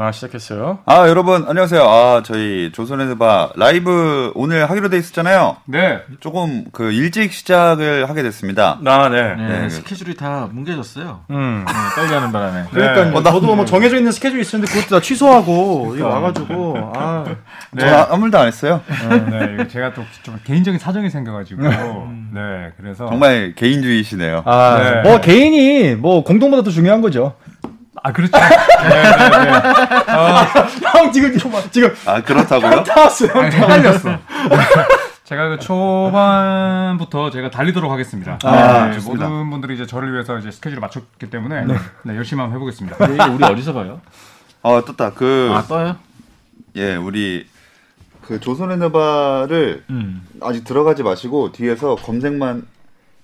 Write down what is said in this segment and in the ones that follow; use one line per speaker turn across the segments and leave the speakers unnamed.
아 시작했어요.
아 여러분 안녕하세요. 아 저희 조선의 드바 라이브 오늘 하기로 돼 있었잖아요.
네.
조금 그 일찍 시작을 하게 됐습니다.
아 네.
네,
네.
스케줄이 다 뭉개졌어요.
음.
네, 빨리 하는 바람에.
그러니까요.
어, 아, 저도 뭐 정해져 있는 스케줄이 있었는데 그것도 다 취소하고
그러니까.
이거 와가지고 아
저 아무 말도 안 했어요.
네, 이거 제가 또 좀 개인적인 사정이 생겨가지고 네, 그래서
정말 개인주의시네요.
아,
네.
뭐 개인이 뭐 공동보다 더 중요한 거죠.
아 그렇죠.
형 지금 좀- 지금
아 그렇다고요?
타왔어요.
아니, 헷갈렸어. 네. 제가 그 초반부터 제가 달리도록 하겠습니다. 네,
좋습니다.
모든 분들이 이제 저를 위해서 이제 스케줄을 맞췄기 때문에 네, 열심히 한번 해보겠습니다.
내일 우리 어디서 봐요?
어 떴다. 그
아 떠요?
예, 우리 그 조선의 드바를
음.
아직 들어가지 마시고 뒤에서 검색만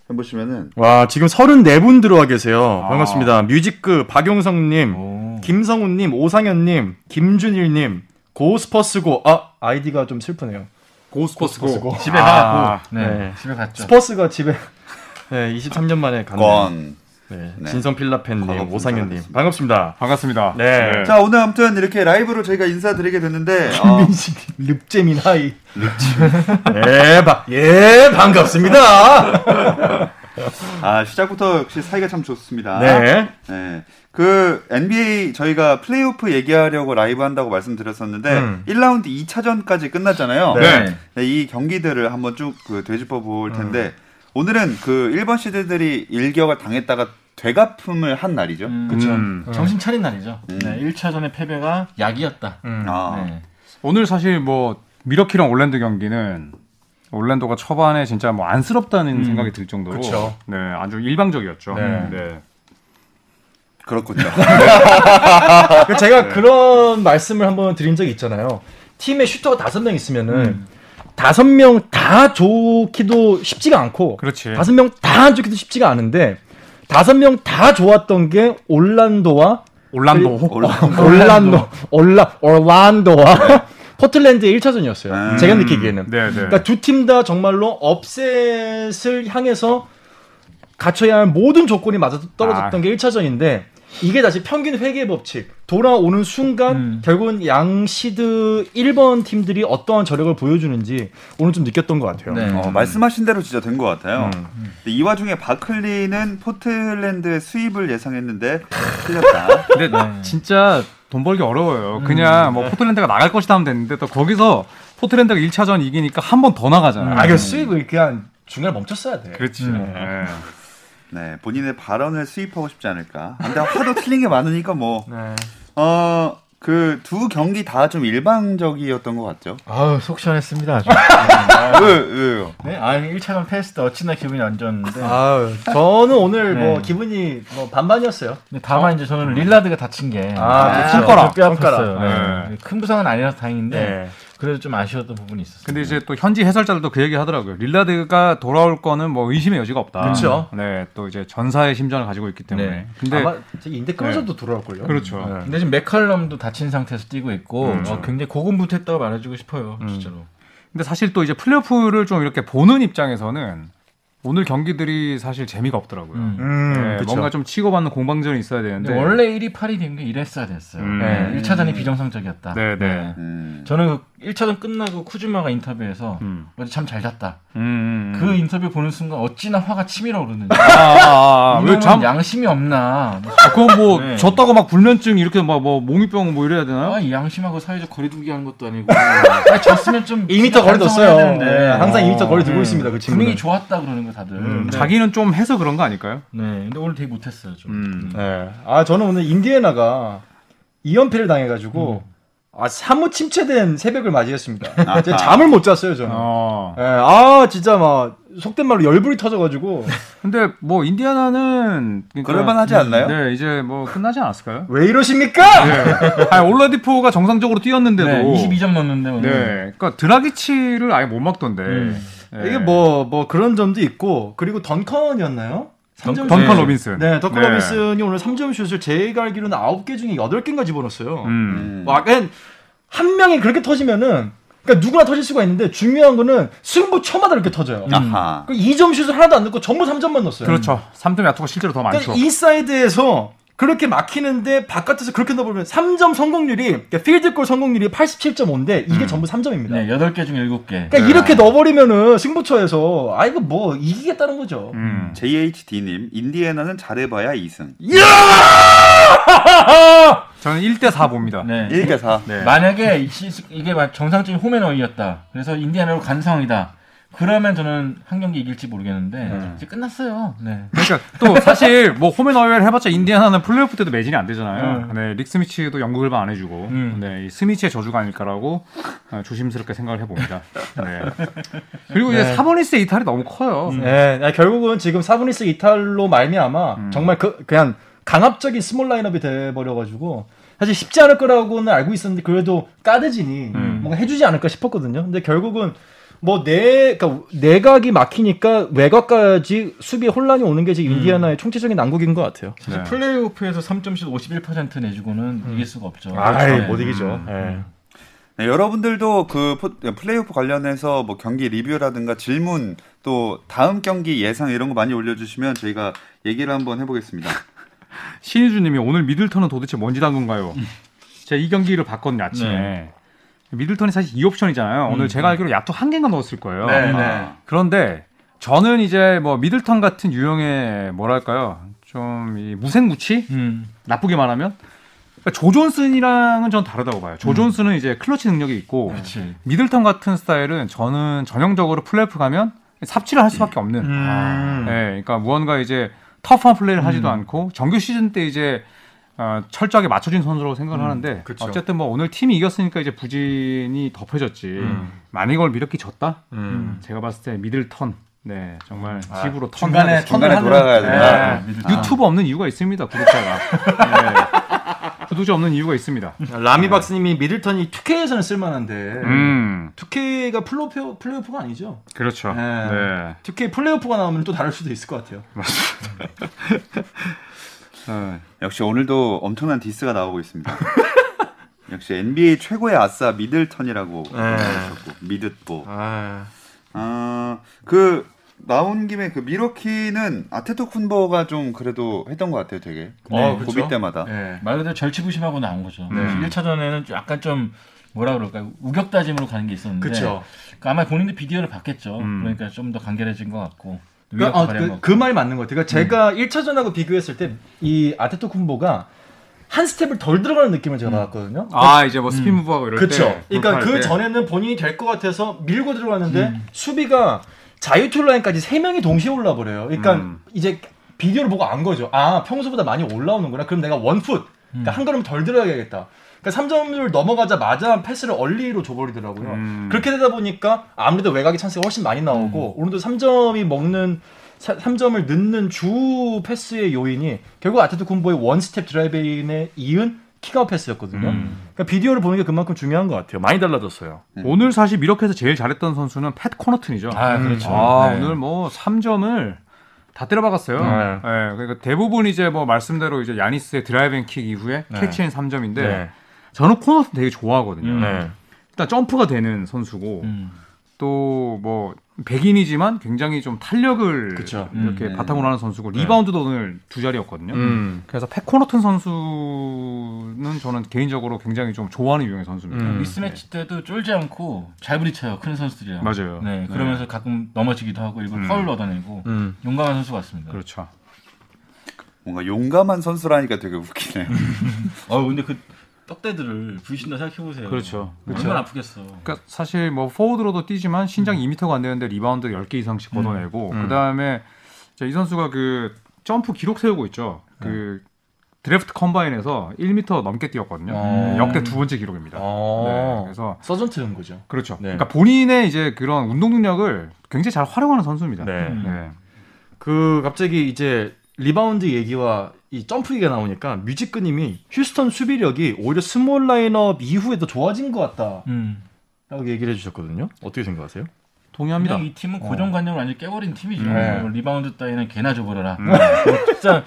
해보시면은
와 지금 34분 들어와 계세요.
아.
반갑습니다. 뮤직그 박용성님, 김성훈님, 오상현님, 김준일님, 고스퍼스고 아
아이디가 좀 슬프네요.
고스포스고 집에
아,
가고. 네.
네.
집에 갔죠.
스퍼스가 집에
네 23년 만에 갔네요.
건.
네.
네.
진성 필라펜님,
반갑습니다.
오상현님 반갑습니다.
반갑습니다.
네.
자 오늘 아무튼 이렇게 라이브로 저희가 인사드리게 됐는데 어,
민식 릅제민 하이.
예, 바, 예 반갑습니다.
아 시작부터 역시 사이가 참 좋습니다.
네.
네. 그 NBA 저희가 플레이오프 얘기하려고 라이브 한다고 말씀드렸었는데
음.
1라운드 2차전까지 끝났잖아요.
네.
네, 이 경기들을 한번 쭉 그 되짚어 볼 텐데 오늘은 그 1번 시드들이 일격을 당했다가 되갚음을 한 날이죠.
그쵸.
음.
정신 차린 날이죠. 네, 1차전의 패배가 약이었다.
아,
네.
오늘 사실 뭐 미러키랑 올랜도 경기는 올랜도가 초반에 진짜 뭐 안쓰럽다는 생각이 들 정도로
그쵸.
네 아주 일방적이었죠.
네.
네.
그렇군요.
그 제가 그런 말씀을 한번 드린 적이 있잖아요. 팀에 슈터가 다섯 명
음.
있으면은 다섯 명 다 좋기도 쉽지가 않고
그렇지.
다섯 명 다 좋기도 쉽지가 않은데 다섯 명 다 좋았던 게 올란도와 어,
올란도
음. 올란도 올라 올란도와 포틀랜드의 1차전이었어요.
음.
제가 느끼기에는.
네, 네.
그러니까 두 팀 다 정말로 업셋을 향해서 갖춰야 할 모든 조건이 맞아 떨어졌던
아.
게 1차전인데 이게 다시 평균 회계 법칙 돌아오는 순간
음.
결국은 양 시드 1번 팀들이 어떠한 저력을 보여주는지 오늘 좀 느꼈던 것 같아요.
네.
어, 말씀하신 대로 진짜 된 것 같아요. 근데 이 와중에 바클리는 포틀랜드의 수입을 예상했는데 틀렸다.
근데 진짜 돈 벌기 어려워요. 그냥 뭐 포틀랜드가 나갈 것이다 하면 되는데 또 거기서 포틀랜드가 1차전 이기니까 한 번 더 나가잖아요.
아, 그 수익을 그냥 중간에 멈췄어야 돼.
그렇지. 네.
네, 본인의 발언을 수입하고 싶지 않을까. 근데 하도 틀린 게 많으니까 뭐. 어, 그 두 경기 다 좀 일방적이었던 것 같죠.
아우 속 시원했습니다. 아주.
왜, 왜요?
네, 아 1차전 패스 때 어찌나 기분이 안 좋았는데.
아, 저는 오늘
네.
뭐 기분이 뭐 반반이었어요.
근데 다만 이제 저는 릴라드가 다친 게
아,
좀
손가락.
뼈 아팠어요.
손가락.
네. 큰 부상은 아니라서 다행인데
네.
그래도 좀 아쉬웠던 부분이 있었어요.
근데 이제 또 현지 해설자들도 그 얘기 하더라고요. 릴라드가 돌아올 거는 뭐 의심의 여지가 없다.
그쵸.
네, 또 이제 전사의 심장을 가지고 있기 때문에.
네.
근데
아마 저기 인대 끊어져도 돌아올걸요.
그렇죠.
근데 지금 맥칼럼도 다친 상태에서 뛰고 있고 어, 굉장히 고군분투했다고 말해주고 싶어요, 진짜로.
근데 사실 또 이제 플레이오프를 좀 이렇게 보는 입장에서는 오늘 경기들이 사실 재미가 없더라고요.
음.
네, 뭔가 좀 치고받는 공방전이 있어야 되는데.
근데 원래 1위 8위 된 게 이랬어야 됐어요.
음.
네, 1차전이 비정상적이었다.
네, 네.
음.
저는 그 1차전 끝나고 쿠즈마가 인터뷰에서
음.
어제 참 잘 잤다.
음, 음, 음.
그 인터뷰 보는 순간 어찌나 화가 치밀어 오르는지.
아, 아, 아, 왜
이놈은
잠,
양심이 없나. 뭐
아, 그건 뭐
네.
졌다고 막 불면증 이렇게 막 뭐 몽유병 뭐 이래야 되나요?
아, 이 양심하고 사회적 거리두기 하는 것도 아니고. 아, 졌으면 좀
2m 거리 뒀어요. 네, 항상 2m 거리 두고
네.
있습니다. 그 친구는.
분위기 좋았다 그러는 거 다들. 근데,
음, 자기는 좀 해서 그런 거 아닐까요?
네, 근데 오늘 되게 못했어요 좀.
음.
네. 아 저는 오늘 인디애나가 2연패를 당해가지고
음.
아 사뭇 침체된 새벽을 맞이했습니다.
아.
제가 잠을 못 잤어요 저는.
어.
예, 아 진짜 막 속된 말로 열불이 터져가지고
근데 뭐 인디아나는 그러니까-
그럴만하지 않나요?
네, 이제 뭐 끝나지 않았을까요? 네.
왜 이러십니까?
아니 올라디포가 정상적으로 뛰었는데도
네, 22점 넣었는데 오늘.
네, 그러니까 드라기치를 아예 못 막던데.
음.
네.
이게 뭐 뭐 그런 점도 있고 그리고 던컨이었나요?
덩컨-
던컨
네.
로빈슨.
네, 던컨
네.
로빈슨이 오늘 3점 슛을 제가 알기로는 9개 중에 8개인가 집어넣었어요.
음.
음.
와, 그냥 한 명이 그렇게 터지면은 그러니까 누구나 터질 수가 있는데 중요한 거는 승부 초마다 이렇게 터져요.
아하.
그 2점 슛을 하나도 안 넣고 전부 3점만 넣었어요.
그렇죠. 3점 야투가 실제로 더 그렇죠. 많죠.
그러니까 인사이드에서 그렇게 막히는데 바깥에서 그렇게 넣어보면 3점 성공률이 그러니까 필드골 성공률이 87.5인데
음.
이게 전부 3점입니다.
네, 8개 중 7개.
네.
그러니까 이렇게 넣어버리면은 승부처에서 아 이거 뭐 이기겠다는 거죠.
음.
JHD님 인디애나는 잘해봐야 2승.
저는 1대 4 봅니다.
네.
1대 4.
만약에 이 시- 이게 막 정상적인 홈앤어이였다. 그래서 인디애나로 간 상황이다. 그러면 저는 한 경기 이길지 모르겠는데 이제 끝났어요. 네.
그러니까 또 사실 뭐 홈앤어웨이를 해봤자 인디애나는 플레이오프 때도 매진이 안 되잖아요. 네, 릭 스미치도 영국을 안 해주고, 네, 이 스미치의 저주가 아닐까라고 어, 조심스럽게 생각을 해봅니다. 네. 그리고 이제 사보니스의 이탈이 너무 커요.
네, 아, 결국은 지금 사브니스 이탈로 말미암아 정말 그, 그냥 강압적인 스몰 라인업이 돼버려가지고 사실 쉽지 않을 거라고는 알고 있었는데 그래도 까드진이 뭔가 해주지 않을까 싶었거든요. 근데 결국은 뭐 내, 그러니까 내각이 막히니까 외곽까지 수비에 혼란이 오는 게 지금 인디아나의 총체적인 난국인 것 같아요.
사실
네.
플레이오프에서 3점씩 51% 내주고는 이길 수가 없죠.
아이,
네.
못 이기죠.
음.
예.
네, 여러분들도 그 포- 플레이오프 관련해서 뭐 경기 리뷰라든가 질문 또 다음 경기 예상 이런 거 많이 올려주시면 저희가 얘기를 한번 해보겠습니다.
신희주님이 오늘 미들턴은 도대체 뭔 짓 한 건가요? 제가 이 경기를 봤거든요 아침에. 미들턴이 사실 2 옵션이잖아요. 오늘 제가 알기로 야투 한 개가 넣었을 거예요.
네,
네.
아,
그런데 저는 이제 뭐 미들턴 같은 유형의 뭐랄까요 좀 이 무생무치
음.
나쁘게 말하면 그러니까 조 존슨이랑은 전 다르다고 봐요. 조 존슨은 이제 클러치 능력이 있고
음. 그렇지.
미들턴 같은 스타일은 저는 전형적으로 플레이오프 가면 삽질을 할 수밖에 없는.
음.
예, 그러니까 무언가 이제 터프한 플레이를 하지도 않고 정규 시즌 때 이제 어, 철저하게 맞춰진 선수라고 생각을
음.
하는데
그쵸.
어쨌든 뭐 오늘 팀이 이겼으니까 이제 부진이 덮여졌지
음.
많은 이걸 미력이 졌다.
음.
제가 봤을 때 미들턴. 네, 정말 집으로 턴
음. 아, 중간에
해야
중간에
하는-
돌아가야
네.
된다.
유튜브 없는 이유가 있습니다. 구독자가. 네. 구독자 없는 이유가 있습니다.
라미 박스님이 미들턴이 2K에서는 쓸만한데
음,
2K가 플로프, 플레이오프가 아니죠.
그렇죠.
네.
네.
2K 플레이오프가 나오면 또 다를 수도 있을 것 같아요.
네.
역시 오늘도 엄청난 디스가 나오고 있습니다. 역시 NBA 최고의 아싸 미들턴이라고 하셨고 미드보.
아,
아그 나온 김에 그 미러키는 아테토쿤보가 좀 그래도 했던 것 같아요, 그렇죠. 되게
네,
고비 때마다.
예.
말 그대로 절치부심하고 나온 거죠. 1차전에는 약간 좀 뭐라 그럴까요? 우격다짐으로 가는
네.
게 있었는데
그쵸.
그러니까 아마 본인도 비디오를 봤겠죠. 그러니까 좀 더 간결해진 것 같고
그,
위력도
어,
발휘한 것
그,
같고.
그 말이 맞는 것 같아요. 그러니까 제가 1차전하고 비교했을 때 이 아테토 쿤보가 한 스텝을 덜 들어가는 느낌을 제가 받았거든요.
아, 이제 뭐 스피드 무브하고 이럴
그렇죠.
때.
그러니까
돌파할
그
때.
전에는 본인이 될 것 같아서 밀고 들어갔는데 수비가 자유툴 라인까지 세 명이 동시에 올라 버려요. 그러니까 이제 비디오를 보고 안 거죠. 아 평소보다 많이 올라오는구나. 그럼 내가 원풋 그러니까 한 걸음 덜 들어가야겠다. 그러니까 3점을 넘어가자마자 패스를 얼리로 줘버리더라고요. 그렇게 되다 보니까 아무래도 외곽의 찬스가 훨씬 많이 나오고 오늘도 3점이 먹는 3점을 넣는 주 패스의 요인이 결국 아테토 쿤보의 원스텝 드라이브인에 이은 킥아웃 패스였거든요.
음.
그러니까 비디오를 보는 게 그만큼 중요한 것 같아요. 많이 달라졌어요.
오늘 사실 미러키에서 제일 잘했던 선수는 팻 코너튼이죠.
아, 그렇죠.
아,
네.
오늘 뭐 3점을 다 때려 박았어요. 네. 그러니까 대부분 이제 뭐 말씀대로 이제 야니스의 드라이브 앤 킥 이후에 캐치인 3점인데
네.
저는 코너튼 되게 좋아하거든요.
네.
일단 점프가 되는 선수고
음.
또 뭐 백인이지만 굉장히 좀 탄력을
그쵸.
이렇게
음, 네.
바탕으로 하는 선수고 리바운드도 오늘 두 자리였거든요.
음.
그래서 패코너튼 선수는 저는 개인적으로 굉장히 좀 좋아하는 유형의 선수입니다.
음.
미스매치 때도 쫄지 않고 잘 부딪혀요 큰 선수들이랑.
맞아요.
네, 그러면서 가끔 넘어지기도 하고 일부 파울로 얻어내고
음.
용감한 선수 같습니다.
그렇죠.
뭔가 용감한 선수라니까 되게 웃기네요.
어 근데 그 떡대들을 부신다 생각해 보세요.
그렇죠.
얼마나 아프겠어.
그러니까 사실 뭐 포워드로도 뛰지만 신장 2m가 안 되는데 리바운드 10개 이상씩 걷어내고 그다음에 자, 이 선수가 그 점프 기록 세우고 있죠. 그 드래프트 컴바인에서 1m 넘게 뛰었거든요.
어.
역대 두 번째 기록입니다. 네, 그래서
아. 서전트인 거죠.
그렇죠.
네.
그러니까 본인의 이제 그런 운동 능력을 굉장히 잘 활용하는 선수입니다.
네.
네.
그 갑자기 이제 리바운드 얘기와 이 점프 얘기가 나오니까 뮤직그님이 휴스턴 수비력이 오히려 스몰 라인업 이후에도 좋아진 것 같다라고
음.
얘기를 해주셨거든요. 어떻게 생각하세요?
동의합니다. 어.
그냥 이 팀은 고정관념을 완전 깨버린 팀이죠.
네.
뭐 리바운드 따위는 개나 줘버려라.
음.
진짜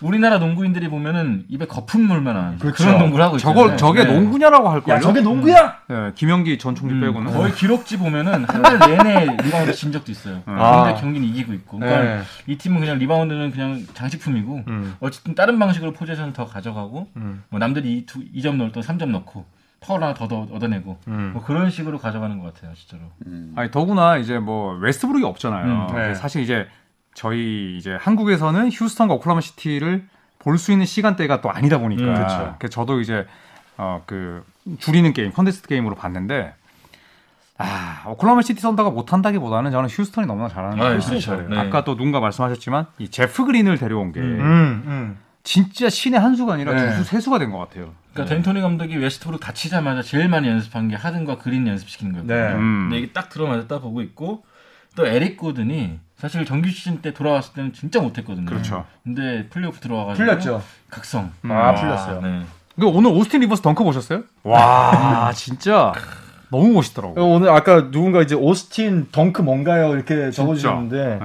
우리나라 농구인들이 보면은 입에 거품 물만한 그런 농구를 하고 있어요.
그렇죠.
네.
저거 저게 농구냐라고 할
야
걸요.
저게 농구야?
예, 김영기 전 총리 빼고는.
음. 거의 기록지 보면은 한 달 내내 리바운드 진 적도 있어요.
아.
근데 경기는 이기고 있고. 그러니까
네.
이 팀은 그냥 리바운드는 그냥 장식품이고
음.
어쨌든 다른 방식으로 포지션 더 가져가고 뭐 남들이 2점 넣을 때 3점 넣고 파울 하나 더 얻어- 얻어내고
음.
음.
뭐 그런 식으로 가져가는 것 같아요, 진짜로.
음.
아니 더구나 이제 뭐 웨스트브룩이 없잖아요.
음, 네.
사실 이제 저희 이제 한국에서는 휴스턴과 오클라마 시티를 볼 수 있는 시간대가 또 아니다 보니까.
음,
그쵸.
그래서 저도 이제 어 그 줄이는 게임, 컨테스트 게임으로 봤는데 아 오클라마 시티 선다가 못한다기보다는 저는 휴스턴이 너무나 잘하는 거 같아요.
그렇죠. 네.
아까 또 누군가 말씀하셨지만 이 제프 그린을 데려온 게
음.
음, 음.
진짜 신의 한 수가 아니라
네.
두 수, 세 수가 된 것 같아요.
그러니까 덴토니 감독이 웨스트브룩 다치자마자 제일 많이 연습한 게 하든과 그린 연습시키는 거예요.
네.
음.
근데 이게 딱 들어맞았다 보고 있고 또 에릭 고든이 사실 정규 시즌 때 돌아왔을 때는 진짜 못했거든요.
그렇죠.
근데 플레이오프
음.
들어와가지고
풀렸죠.
각성.
아 풀렸어요.
네.
근데 그 오늘 오스틴 리버스 덩크 보셨어요? 와 진짜 너무 멋있더라고. 요
어, 오늘 아까 누군가 이제 오스틴 덩크 뭔가요 이렇게
네.
적어주셨는데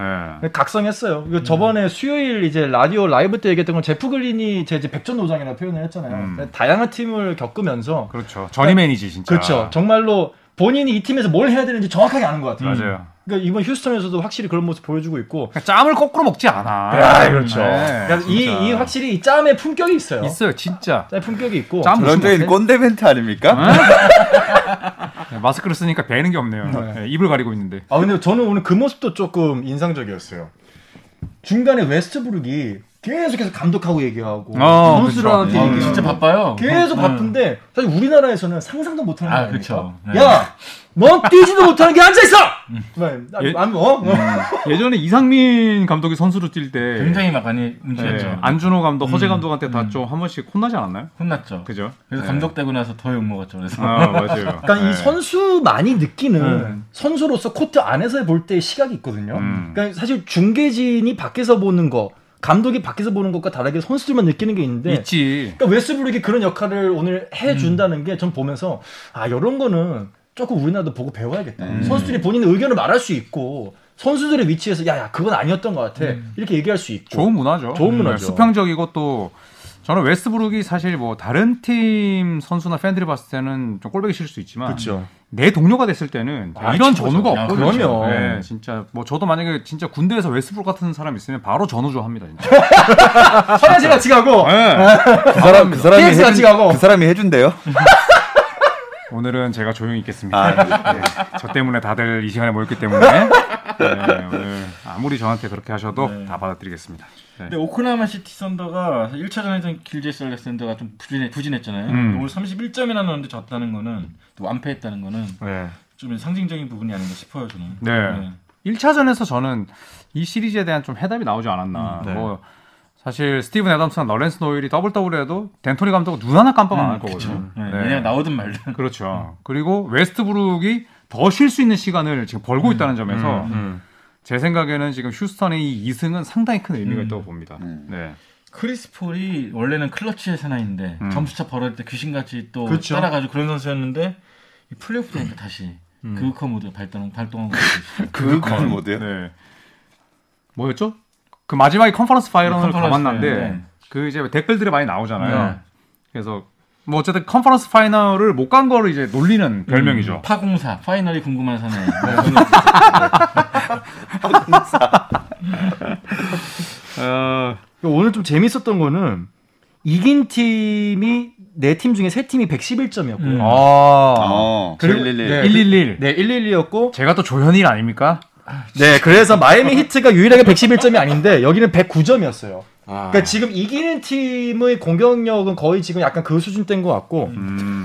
각성했어요. 이거 저번에 수요일 이제 라디오 라이브 때 얘기했던 건 제프 글린이 제 이제 백전노장이라고 표현을 했잖아요. 네,
음.
다양한 팀을 겪으면서
그렇죠. 전이맨이지 진짜.
그렇죠. 정말로 본인이 이 팀에서 뭘 해야 되는지 정확하게 아는 것 같아요.
음. 맞아요.
그러니까 이번 휴스턴에서도 확실히 그런 모습 보여주고 있고.
그러니까 짬을 거꾸로 먹지 않아.
아, 그렇죠.
네,
그러니까 이,
진짜.
이 확실히 이 짬의 품격이 있어요.
있어요 진짜.
짬의 품격이 있고.
짬 무슨
그런적인 꼰대 멘트 아, 아닙니까?
네, 마스크를 쓰니까 배는 게 없네요. 네, 입을 가리고 있는데.
아 근데 저는 오늘 그 모습도 조금 인상적이었어요. 중간에 웨스트브룩이 계속해서 감독하고 얘기하고
어,
선수들한테
그쵸.
얘기하고
아, 진짜 바빠요.
계속
네.
바쁜데 사실 우리나라에서는 상상도 못하는
아,
거 아닙니까?
그쵸. 네. 음.
야, 넌 뛰지도 못하는 게 앉아 있어. 정말 아,
예.
아니, 어?
예전에 이상민 감독이 선수로 뛸 때
굉장히 막 많이
네, 음.
움직였죠.
안준호 감독, 허재 감독한테 다 좀 한 번씩 혼나지 않았나요?
혼났죠. 그
그죠?
래서
네.
감독 되고 나서 더 욕 먹었죠. 그래서
아 맞아요.
그러니까 이
네.
선수만이 느끼는
네.
선수로서 코트 안에서 볼 때의 시각이 있거든요.
음.
그러니까 사실 중계진이 밖에서 보는 거, 감독이 밖에서 보는 것과 다르게 선수들만 느끼는 게 있는데
있지.
그러니까 웨스브룩이 그런 역할을 오늘 해준다는 게 전 보면서 아 이런 거는 조금 우리나라도 보고 배워야겠다. 선수들이 본인의 의견을 말할 수 있고 선수들의 위치에서 야야 그건 아니었던 것 같아 이렇게 얘기할 수 있고
좋은 문화죠.
음.
음,
좋은 문화죠.
수평적이고 또 저는 웨스브룩이 사실 뭐 다른 팀 선수나 팬들이 봤을 때는 좀 꼴보기 싫을 수 있지만
그렇죠.
내 동료가 됐을 때는
아,
이런
친구죠.
전우가
야,
없거든요.
그럼요.
네, 진짜 뭐 저도 만약에 진짜 군대에서 웨스브룩 같은 사람 있으면 바로 전우조 합니다. 진짜.
화장실 아, 같이 가고
네.
그 사람 그 사람이
PX 같이 가고.
그 사람이 해준대요.
오늘은 제가 조용히 있겠습니다.
아, 네.
저 때문에 다들 이 시간에 모였기 때문에 네, 오늘 아무리 저한테 그렇게 하셔도 다 받아들이겠습니다. 네.
근데 오클라마 시티 선더가 1차전에서는 길제스 알렉산더가 좀 부진해, 부진했잖아요.
음.
오늘 31점이나 넣었는데 졌다는 거는 또 완패했다는 거는
네.
좀 상징적인 부분이 아닌가 싶어요 저는. 예.
네. 1차전에서 저는 이 시리즈에 대한 좀 해답이 나오지 않았나.
음,
네.
뭐 사실 스티븐 애덤스나 널렌스 노일이 더블 더블 해도 덴토니 감독은 눈 하나 깜빡 안 할 거거든요.
네.
네.
얘네가 나오든 음. 말든.
그렇죠. 그리고 웨스트브룩이 더 쉴 수 있는 시간을 지금 벌고
음,
있다는 점에서 제 생각에는 지금 휴스턴의 이 2승은 상당히 큰 의미가
음.
있다고 봅니다.
음.
네.
크리스 폴이 원래는 클러치의 사나인데
음.
점수차 벌어질 때 귀신같이 또
그렇죠.
따라가지고 그런 선수였는데 이 플레이오프 때니까 다시
음.
그커 모드 발동 발동한 거 있어요.
그건 못해요.
네. 뭐였죠? 그 마지막에 컨퍼런스 파이널을
컨퍼런스
가봤는데
파이널, 네.
그 이제 댓글들이 많이 나오잖아요.
네.
그래서 뭐 어쨌든 컨퍼런스 파이널을 못 간 거를 이제 놀리는 별명이죠.
음, 파공사 파이널이 궁금한 네. 사나이.
어,
오늘 좀 재밌었던 거는 이긴 팀이 네 팀 중에 세 팀이 111점이었고
음.
아.
어.
그리고-
제일
네.
111.
네 111이었고
제가 또 조현일 아닙니까?
네, 그래서 마이애미 히트가 유일하게 111점이 아닌데 여기는 109점이었어요. 그러니까 지금 이기는 팀의 공격력은 거의 지금 약간 그 수준 된것 같고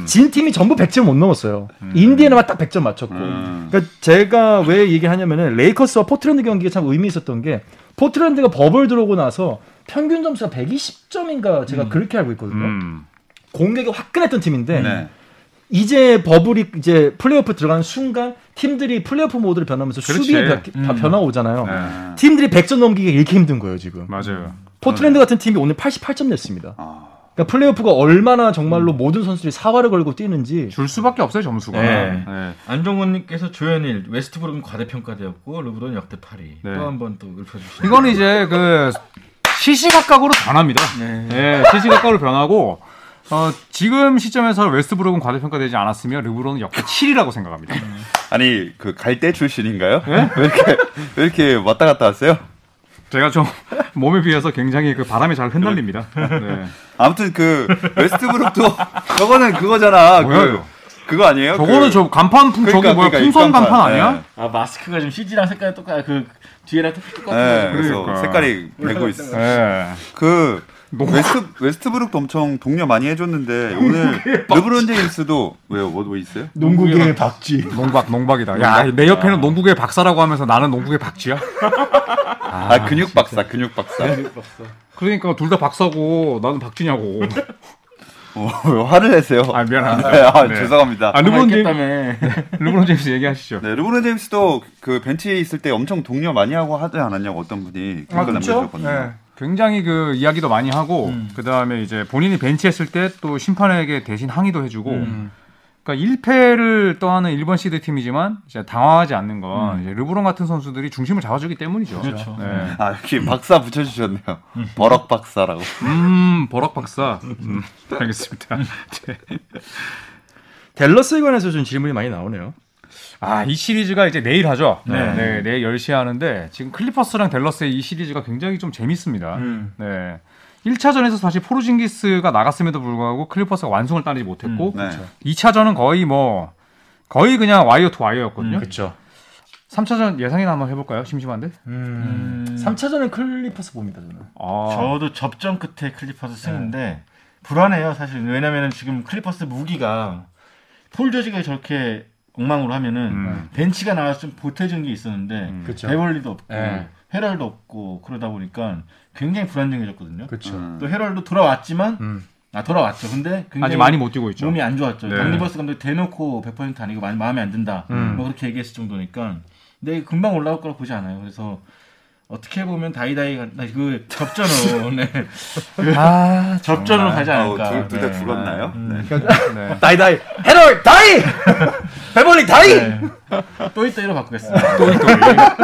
진 팀이 전부 100점 못 넘었어요. 인디애나만 딱 100점 맞췄고.
음.
그러니까 제가 왜 얘기를 하냐면은 레이커스와 포트랜드 경기가 참 의미 있었던 게 포트랜드가 버블 들어오고 나서 평균 점수가 120점인가 제가 그렇게 알고 있거든요.
음.
공격이 화끈했던 팀인데
네.
이제 버블이 이제 플레이오프 들어가는 순간 팀들이 플레이오프 모드로 변하면서
그렇지.
수비에 변, 다
음.
변화가 오잖아요.
네.
어. 팀들이 100점 넘기기가 이렇게 힘든 거예요, 지금.
맞아요.
어.
포트랜드 같은 팀이 오늘 88점 냈습니다.
아.
그러니까 플레이오프가 얼마나
음.
정말로 모든 선수들이 사활을 걸고 뛰는지
줄 수밖에 없어요, 점수가.
네.
네.
안종원님께서 조현일 웨스트브룩은 과대평가되었고 르브론 역대 8위.
네.
또 한 번 또 읊어주시네요.
이거는 이제 그 시시각각으로 변합니다.
네.
예, 시시각각으로 변하고 어, 지금 시점에서 웨스트브룩은 과대평가되지 않았으며 르브론은 역대 7이라고 생각합니다.
아니 그 갈대 출신인가요?
네?
왜 이렇게 왜 이렇게 왔다 갔다 왔어요?
제가 좀 몸에 비해서 굉장히 그 바람에 잘 흩날립니다. 네.
아무튼 그 웨스트브룩도 저거는 그거잖아.
뭐야,
그,
이거?
그거 아니에요?
저거는
그-
저 간판 풍 저기
그러니까,
뭐야
그러니까
풍선
입간판.
간판 아니야?
아 마스크가 지금 CG랑 색깔이 똑같아 그 뒤에랑 똑같아.
네, 그래서
그러니까.
색깔이 되고 있어.
예.
그
너무-
웨스트 웨스트브룩도 엄청 동료 많이 해줬는데 오늘 르브론 제임스도 왜뭐 뭐 있어요?
농구계의 박쥐.
네.
농박 농박이다. 야 내 옆에는 농구계 박사라고 하면서 나는 농구계 박쥐야?
아, 근육 박사, 근육 박사.
그러니까 둘 다 박사고 나는 박쥐냐고.
어, 왜 화를 내세요?
아 미안합니다.
네, 아,
네.
죄송합니다.
아 르브론 제임
르본다며
르브론 제임스 얘기하시죠.
네, 르브론 제임스도 그 벤치에 있을 때 엄청 동료 많이 하고 하지 않았냐고 어떤 분이
아,
댓글 남겨주셨거든요.
네. 굉장히 그 이야기도 많이 하고 그 다음에 이제 본인이 벤치에 있을 때 또 심판에게 대신 항의도 해주고
음.
그러니까 1패를 떠하는 일본 시드 팀이지만 이제 당황하지 않는 건 이제 르브론 같은 선수들이 중심을 잡아주기 때문이죠.
음. 그렇죠.
네.
아 여기 박사 붙여주셨네요. 버럭 박사라고.
음 버럭 박사. 음, 알겠습니다.
댈러스에 관해서 좀 질문이 많이 나오네요.
아, 이 시리즈가 이제 내일 하죠.
네.
네. 내일 10시에 하는데 지금 클리퍼스랑 댈러스의 이 시리즈가 굉장히 좀 재밌습니다.
음.
네. 1차전에서 사실 포르징기스가 나갔음에도 불구하고 클리퍼스가 완승을 따내지
음.
못했고
네.
2차전은 거의 뭐 거의 그냥 와이어 투 와이어였거든요.
그렇죠.
3차전 예상이나 한번 해 볼까요? 심심한데.
음.
음.
3차전은 클리퍼스 봅니다 저는.
아.
저도 접전 끝에 클리퍼스 승인데 불안해요 사실 왜냐면은 지금 클리퍼스 무기가 폴 조지가 저렇게 엉망으로 하면은
음.
벤치가 나와서 좀 보태준 게 있었는데
음.
그렇죠.
배벌리도 없고
네.
헤럴도 없고 그러다 보니까 굉장히 불안정해졌거든요
그렇죠.
음.
또 헤럴도 돌아왔지만
음.
아 돌아왔죠 근데
아직
굉장히
많이 못 뛰고 있죠.
몸이 안 좋았죠
네.
닥리버스 감독이 대놓고 100% 아니고 많이 마음에 안 든다
음.
뭐 그렇게 얘기했을 정도니까 근데 금방 올라올 거라 보지 않아요 그래서 어떻게 보면 다이다이 가- 나그 접전으로 네.
아,
접전으로 가지
아우
않을까
어,
둘다
네.
죽었나요? 네.
네.
다이 다이 헤럴 다이 베벌리 다이.
네. 또 이따이로 바꾸겠습니다
네.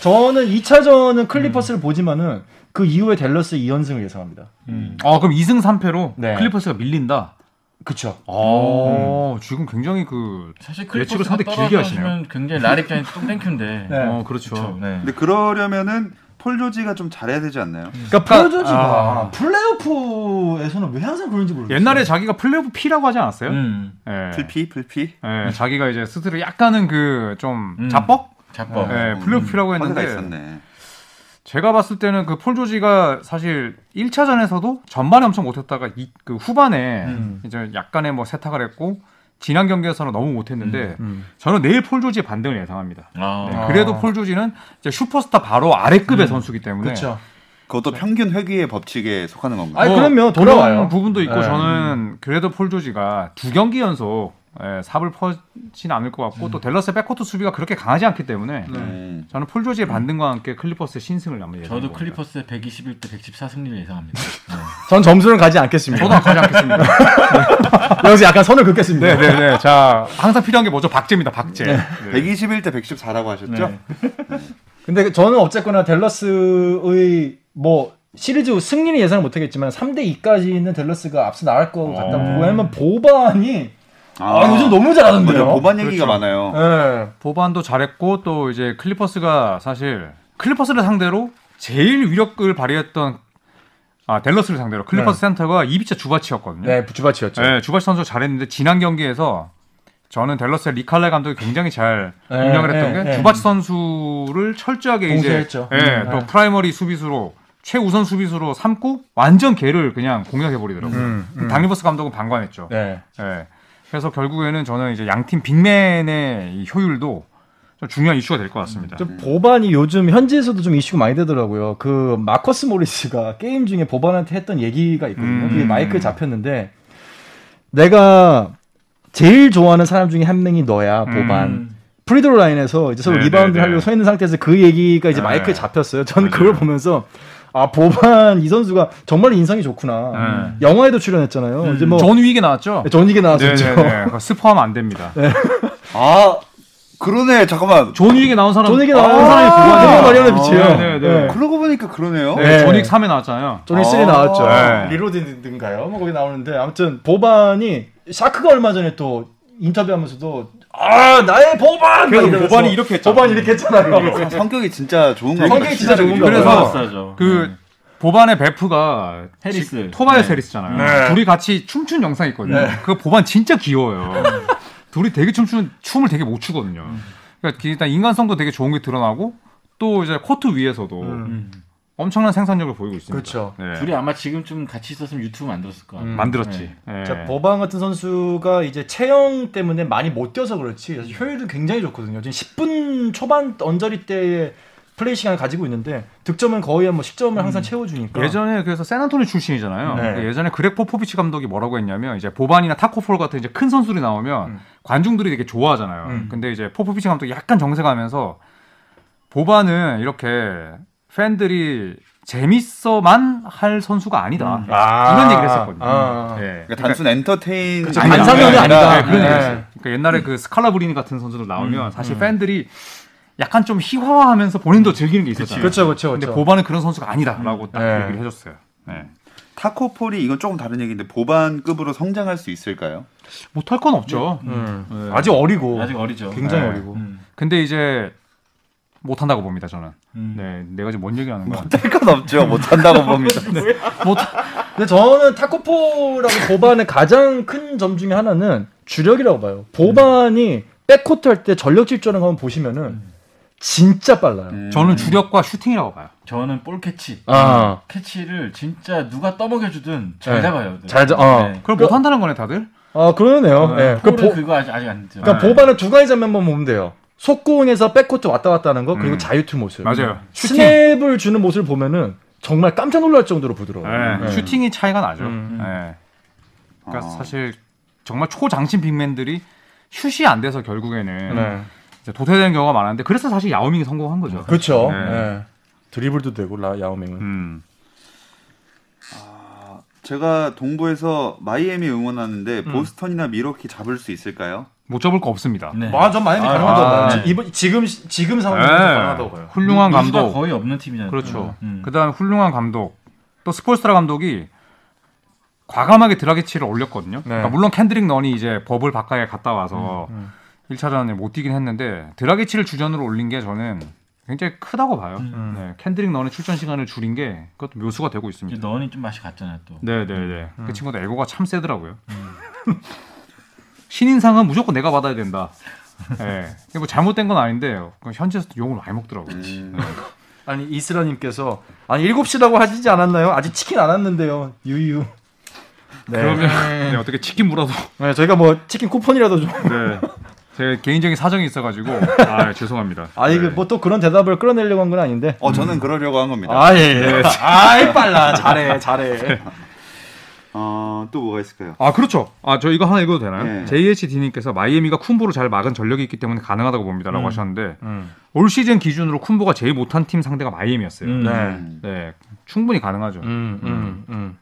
저는 2차전은 클리퍼스를 보지만은 그 이후에 댈러스 2연승을 예상합니다.
어, 그럼 2승 3패로
네.
클리퍼스가 밀린다.
그쵸.
어, 지금 굉장히 그
사실
예측을
클리퍼스가
상당히 길게 하시네요.
떨어지면 굉장히 라 입장에서 똥 땡큐인데
네.
어, 그렇죠.
그렇죠. 네.
근데 그러려면은 폴 조지가 좀 잘해야 되지 않나요?
그러니까 프로조지가
아.
플레이오프에서는 왜 항상 그런지 모르겠어요.
옛날에 자기가 플레이오프 P라고 하지 않았어요?
음.
예.
풀피 풀피.
예, 자기가 이제 스스로 약간은 그 좀
음.
자뻑?
자뻑.
예, 플레이오프 P라고
음, 화제가
했는데
있었네.
제가 봤을 때는 그 폴 조지가 사실 1차전에서도 전반에 엄청 못했다가 이, 그 후반에
음.
이제 약간의 뭐 세탁을 했고 지난 경기에서는 너무 못했는데
음.
저는 내일 폴 조지의 반등을 예상합니다.
음. 아. 음.
네, 그래도 폴 조지는 이제 슈퍼스타 바로 아래급의 선수기 때문에
그렇죠.
그것도 평균 회귀의 법칙에 속하는 건가요?
아니,
뭐
그러면 돌아와요.
그런 부분도 있고
네.
저는 그래도 폴 조지가 두 경기 연속 예, 삽을 퍼진 않을 것
음.
같고 또 댈러스의 백코트 수비가 그렇게 강하지 않기 때문에
네.
음.
저는 폴 조지의 반등과 함께 클리퍼스의 신승을 한번 예상해
저도
봅니다.
클리퍼스의 121대 114 승리를 예상합니다.
전 점수는 가지 않겠습니다.
저도 가지 않겠습니다.
여기서 약간 선을 긋겠습니다.
네, 네, 네. 자, 항상 필요한 게 뭐죠? 박제입니다. 박제. 네.
121대 114라고 하셨죠?
근데 저는 어쨌거나 댈러스의 뭐 시리즈 승리는 예상을 못하겠지만 3대 2까지는 댈러스가 앞서 나갈 것 같다.
어.
왜냐면 보반이 아, 요즘 너무
맞아요.
잘하던데요.
보반 얘기가 많아요.
예.
보반도 잘했고 또 이제 클리퍼스가 사실 클리퍼스를 상대로 제일 위력을 발휘했던 아, 댈러스를 상대로 클리퍼스 센터가 이비차 주바치였거든요.
네, 부츠바치였죠.
네, 주바시 선수 잘했는데 지난 경기에서 저는 댈러스의 리칼레 감독이 굉장히 잘
네,
운영을 했던
네,
게
네.
주바시 선수를 철저하게
봉쇄했죠.
이제 예,
음,
또
네.
프라이머리 수비수로 최우선 수비수로 삼고 완전 걔를 그냥 공략해 버리더라고요. 그 당리버스 감독은 방관했죠.
음, 네.
예. 그래서 결국에는 저는 이제 양팀 빅맨의 이 효율도 좀 중요한 이슈가 될 것 같습니다.
좀 보반이 요즘 현지에서도 좀 이슈가 많이 되더라고요. 그 마커스 모리스가 게임 중에 보반한테 했던 얘기가 있거든요.
음.
그게 마이크에 잡혔는데 내가 제일 좋아하는 사람 중에 한 명이 너야, 보반. 프리드로 라인에서 이제 서로
음. 네,
리바운드
네,
를
네.
하려고 서 있는 상태에서 그 얘기가 이제
네.
마이크에 잡혔어요. 저는
맞아요.
그걸 보면서 아 보반 이 선수가 정말 인성이 좋구나.
네.
영화에도 출연했잖아요. 이제 뭐
존 위기 나왔죠?
존 이게
음. 네,
나왔었죠.
네, 네. 그거 스포하면 안 됩니다.
아 그러네. 잠깐만.
존윅에 나온 사람.
존윅에 나온 사람이
아,
그거네요. 마리아나
아,
비치예요.
네, 네.
네.
그러고 보니까 그러네요.
네.
네, 존윅 3에 나왔잖아요.
존윅 3
아.
나왔죠.
네.
리로드인가요? 뭐 거기 나오는데 아무튼 보반이 샤크가 얼마 전에 또 인터뷰하면서도 아 나의 보반!
그래서
막 이러면서
보반이 이렇게 음. 했잖아.
보반이 이렇게 했잖아요.
그러니까 성격이 진짜 좋은가 보다.
성격이 진짜 좋은 거
그래서
같아요.
싸죠.
그 보반의 베프가
네. 해리스.
지- 토마스
네.
해리스잖아요. 둘이 같이 춤춘 영상 이
네.
있거든요. 그 보반 진짜 귀여워요. 둘이 되게 춤추는 춤을 되게 못 추거든요.
음.
그러니까 일단 인간성도 되게 좋은 게 드러나고 또 이제 코트 위에서도 엄청난 생산력을 보이고 있습니다.
그렇죠.
네.
음. 둘이 아마 지금 좀 같이 있었으면 유튜브 만들었을 거야.
음.
만들었지. 예.
자, 보반 같은 선수가 이제 체형 때문에 많이 못 뛰어서 그렇지 사실 효율은 굉장히 좋거든요. 지금 10분 초반 언저리 때의 플레이 시간을 가지고 있는데 득점은 거의 뭐 10점을 항상 채워주니까
음. 예전에 그래서 세안토니 출신이잖아요.
그러니까. 네.
그 예전에 그렉 포포비치 감독이 뭐라고 했냐면 이제 보반이나 타코폴 같은 이제 큰 선수들이 나오면
음.
관중들이 되게 좋아하잖아요. 근데 이제 포포비치 감독이 약간 정색하면서 보반은 이렇게 팬들이 재밌어만 할 선수가 아니다.
아.
이런 얘기를 했었거든요.
아.
예.
그러니까 단순 엔터테인
그렇죠.
아니다.
반사면이 아니다.
네, 그런
네. 음.
얘기 했어요. 그러니까 옛날에 그 스칼라브리니 같은 선수들 나오면 사실 팬들이 약간 좀 희화화하면서 본인도 즐기는 게 있었잖아요.
그렇죠, 그렇죠,
근데
그렇죠.
보반은 그런 선수가 아니다라고 딱
네.
얘기를 해줬어요. 네.
타코폴이 이건 조금 다른 얘기인데 보반급으로 성장할 수 있을까요?
못할 건 없죠.
음.
네.
아직 어리고
아직 어리죠.
굉장히
네.
어리고
음.
근데 이제 못한다고 봅니다 저는.
음.
네, 내가 지금 뭔 얘기하는 거야?
할건 없죠. 못한다고 봅니다.
네.
근데 저는 타코포라고 보반의 가장 큰 점 중에 하나는 주력이라고 봐요. 보반이 백코트 할 때 전력 질주하는 거 한번 보시면은 진짜 빨라요.
음.
저는 주력과 슈팅이라고 봐요.
저는 볼 캐치. 음,
아.
캐치를 진짜 누가 떠먹여주든 잘
네.
잡아요.
잘 잡- 어.
그걸
그-
못한다는 거네 다들.
아 그러네요. 예.
그
그 보,
그거 아직 아직 안 됐죠.
그러니까 보반은 두 가지 장면만 보면 돼요. 속공에서 백코트 왔다 갔다 하는 거 그리고
음.
자유투 모습.
맞아요.
스냅을 주는 모습을 보면은 정말 깜짝 놀랄 정도로 부드러워요.
네.
예.
슈팅이 차이가 나죠.
음.
네. 그러니까
어.
사실 정말 초장신 빅맨들이 슛이 안 돼서 결국에는 이제 도태되는 경우가 많았는데 그래서 사실 야오밍이 성공한 거죠.
네. 그렇죠.
네.
예. 드리블도 되고 라 야오밍은.
음.
제가 동부에서 마이애미 응원하는데
음.
보스턴이나 미러키 잡을 수 있을까요?
못 잡을 거 없습니다.
네.
아, 전 많이
아,
가능하다고 봐요.
네.
이번 지금 시- 지금 상황에서
네. 음.
가능하다고 봐요.
훌륭한
인수가
감독.
거의 없는 팀이잖아요.
그렇죠.
음.
그다음 훌륭한 감독 또 스폴스트라 감독이 과감하게 드라기치를 올렸거든요.
네.
그러니까 물론 캔드릭 런이 이제 버블 바깥에 갔다 와서
음,
1차전에 못 뛰긴 했는데 드라기치를 주전으로 올린 게 저는 굉장히 크다고 봐요.
음.
네, 캔드릭 런의 출전 시간을 줄인 게 그것도 묘수가 되고
이제
있습니다.
너는 음. 좀 맛이 갔잖아요 또.
네, 네, 네. 그 친구도 에고가 참 세더라고요.
음.
신인상은 무조건 내가 받아야 된다. 예. 이게 뭐 잘못된 건 아닌데요. 그 현지에서 욕을 많이 먹더라고요.
네.
음.
아니 이스라님께서 아니 7시라고 하시지 않았나요? 아직 치킨 안 왔는데요. 유유. 네.
그러면 네, 어떻게 치킨 물어서
네, 저희가 뭐 치킨 쿠폰이라도 좀
네. 제 개인적인 사정이 있어가지고 아 죄송합니다.
아니
네.
뭐 또 그런 대답을 끌어내려고 한 건 아닌데.
어, 저는 그러려고 한 겁니다.
아 예. 예. 아이 빨라. 잘해. 잘해.
어, 또 뭐가 있을까요?
아 그렇죠. 아 저 이거 하나 읽어도 되나요?
네.
JHD님께서 마이애미가 쿤보를 잘 막은 전력이 있기 때문에 가능하다고
음.
봅니다라고 하셨는데 올 시즌 기준으로 쿤보가 제일 못한 팀 상대가 마이애미였어요.
음.
음.
네, 충분히 가능하죠.
음, 음, 음.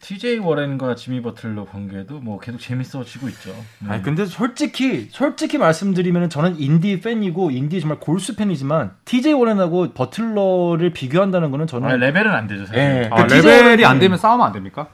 TJ 워렌과 지미 버틀러 관계도 뭐 계속 재밌어지고 있죠. 네.
아니 근데 솔직히 솔직히 말씀드리면 저는 인디 팬이고 인디 정말 골수 팬이지만 TJ 워렌하고 버틀러를 비교한다는 거는 저는
아니, 레벨은 안 되죠 사실.
음. 예.
아,
그
레벨이
TJ
안 되면 싸우면 안 됩니까?
어.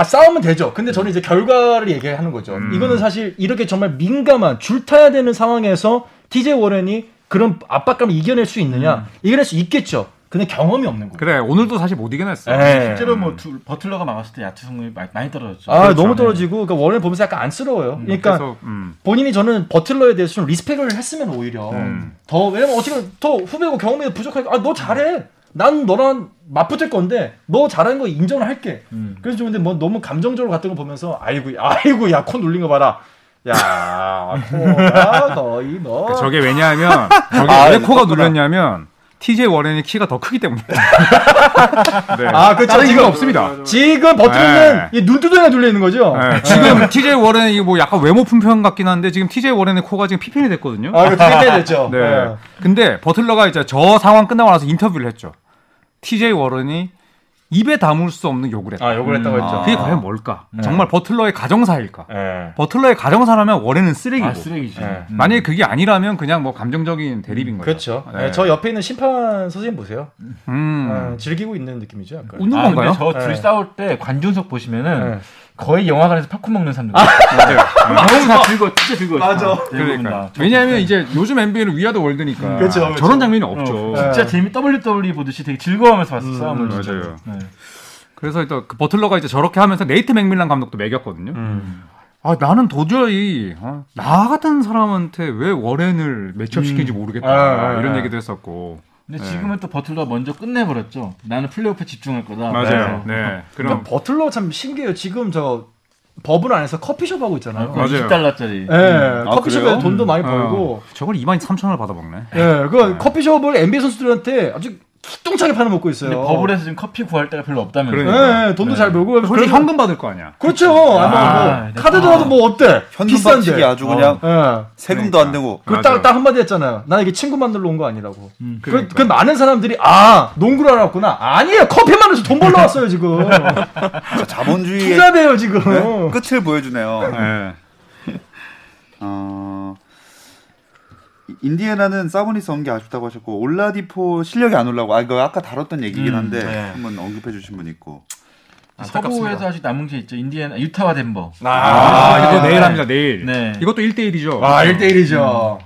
아 싸움은 되죠. 근데
음.
저는 이제 결과를 얘기하는 거죠. 이거는 사실 이렇게 정말 민감한 줄 타야 되는 상황에서 TJ 워렌이 그런 압박감을 이겨낼 수 있느냐? 이겨낼 수 있겠죠. 근데 경험이 없는 거예요.
음. 그래 오늘도 사실 못 이겨냈어.
예.
실제로 뭐 두- 버틀러가 막았을 때 야투 성공이 많이, 많이 떨어졌죠.
아
그렇죠.
너무 떨어지고 그러니까 워렌 보면서 약간 안쓰러워요. 그러니까
그래서 음,
본인이 저는 버틀러에 대해서 좀 리스펙을 했으면 오히려
음.
더 왜냐면 어떻게 더 후배고 경험이 부족하니까 아 너 잘해 난 너랑 맞붙을 건데 너 잘하는 거 인정을 할게
음.
그래서 좀 근데 뭐 너무 감정적으로 갔던 거 보면서 아이고 아이고 야 코 눌린 거 봐라 야 코가 거의 뭐. 너
그러니까 저게 왜냐하면 저게
아,
왜 코가
그렇구나.
눌렸냐면 TJ 워렌이 키가 더 크기 때문에. 네.
아, 그쵸.
다른 이유가
지금-
없습니다.
지금 버틀러는
네.
이 눈두덩이가 눌려 있는 거죠
네, 지금 TJ 워렌이 뭐 약간 외모 품평 같긴 한데 지금 TJ 워렌의 코가 지금 피편이 됐거든요.
아 이거 되게 됐죠
네.
네.
근데 버틀러가 이제 저 상황 끝나고 나서 인터뷰를 했죠. TJ 워렌이 입에 담을 수 없는 욕을 했다.
아, 네. 욕을 했다고
음,
했죠.
아.
그게 과연 뭘까?
음.
정말 버틀러의 가정사일까?
예.
버틀러의 가정사라면 원래는 쓰레기고
아 쓰레기지.
네.
음.
만약에 그게 아니라면 그냥 뭐 감정적인 대립인 거죠.
그렇죠.
네.
예, 저 옆에 있는 심판 선생님 보세요.
음.
예, 즐기고 있는 느낌이죠, 약간.
웃는
아,
건가요?
근데 저 둘이
네.
싸울 때 관중석 보시면은
네.
거의 영화관에서 팝콘 먹는 사람들. 아, 너무 다 즐거, 진짜 즐거워.
맞아.
그러니까. 왜냐하면 이제 요즘 NBA는 위아더 월드니까
그렇죠, 그렇죠.
저런 장면이
없죠.
없죠.
네.
어, 진짜 재미 WWE 보듯이 되게 즐거워하면서 봤어
음,
싸움을
맞아요.
진짜로. 네.
그래서 일단 그 버틀러가 이제 저렇게 하면서 네이트 맥밀란 감독도 매겼거든요.
음.
아 나는 도저히 어, 나 같은 사람한테 왜 워렌을 매치업시키는지 모르겠다
아, 아,
이런
아.
얘기도 했었고
근데
네.
지금은 또 버틀러가 먼저 끝내버렸죠. 나는 플레이오프 집중할 거다.
맞아요.
그래서.
그럼
네, 그럼
그러니까 버틀러 참 신기해요. 지금 저 버블 안에서 커피숍 하고 있잖아요.
아,
맞아요.
20달러짜리.
예, 커피숍에
그래요?
돈도 많이 벌고.
어, 저걸 2만 3천 원을 받아먹네.
예, 그 커피숍을 NBA 선수들한테 아주 기똥차게 팔아 먹고 있어요.
근데 버블에서 지금 커피 구할 데가 별로 없다면서.
그러니까.
예, 예, 돈도 잘 벌고.
솔직히
그래서-
현금 받을 거 아니야.
그렇죠. 아마 뭐
네.
카드도라도 뭐 어때?
현금
비싼데.
박치기 아주 그냥
어.
예.
세금도 안 내고
맞아요.
그딱딱 한마디 했잖아요. 나 이게 친구 만들러 온 거 아니라고.
음,
그, 그 많은 사람들이 아 농구를 하러 왔구나. 아니에요. 커피만 해서 돈 벌러 왔어요 지금.
그
자본주의의
투자돼요 지금.
네? 끝을 보여주네요.
네.
어, 인디애나는 사보니스 온 게 아쉽다고 하셨고 올라디포 실력이 안 올라고 아 이거 아까 다뤘던
음,
얘기긴 한데
네.
한번 언급해 주신 분 있고
서부에서 아직 남은 게 있죠. 인디애나, 유타와 덴버.
아, 이거
네.
내일 합니다. 내일.
네.
이것도 1대1이죠. 네.
아 1대1이죠.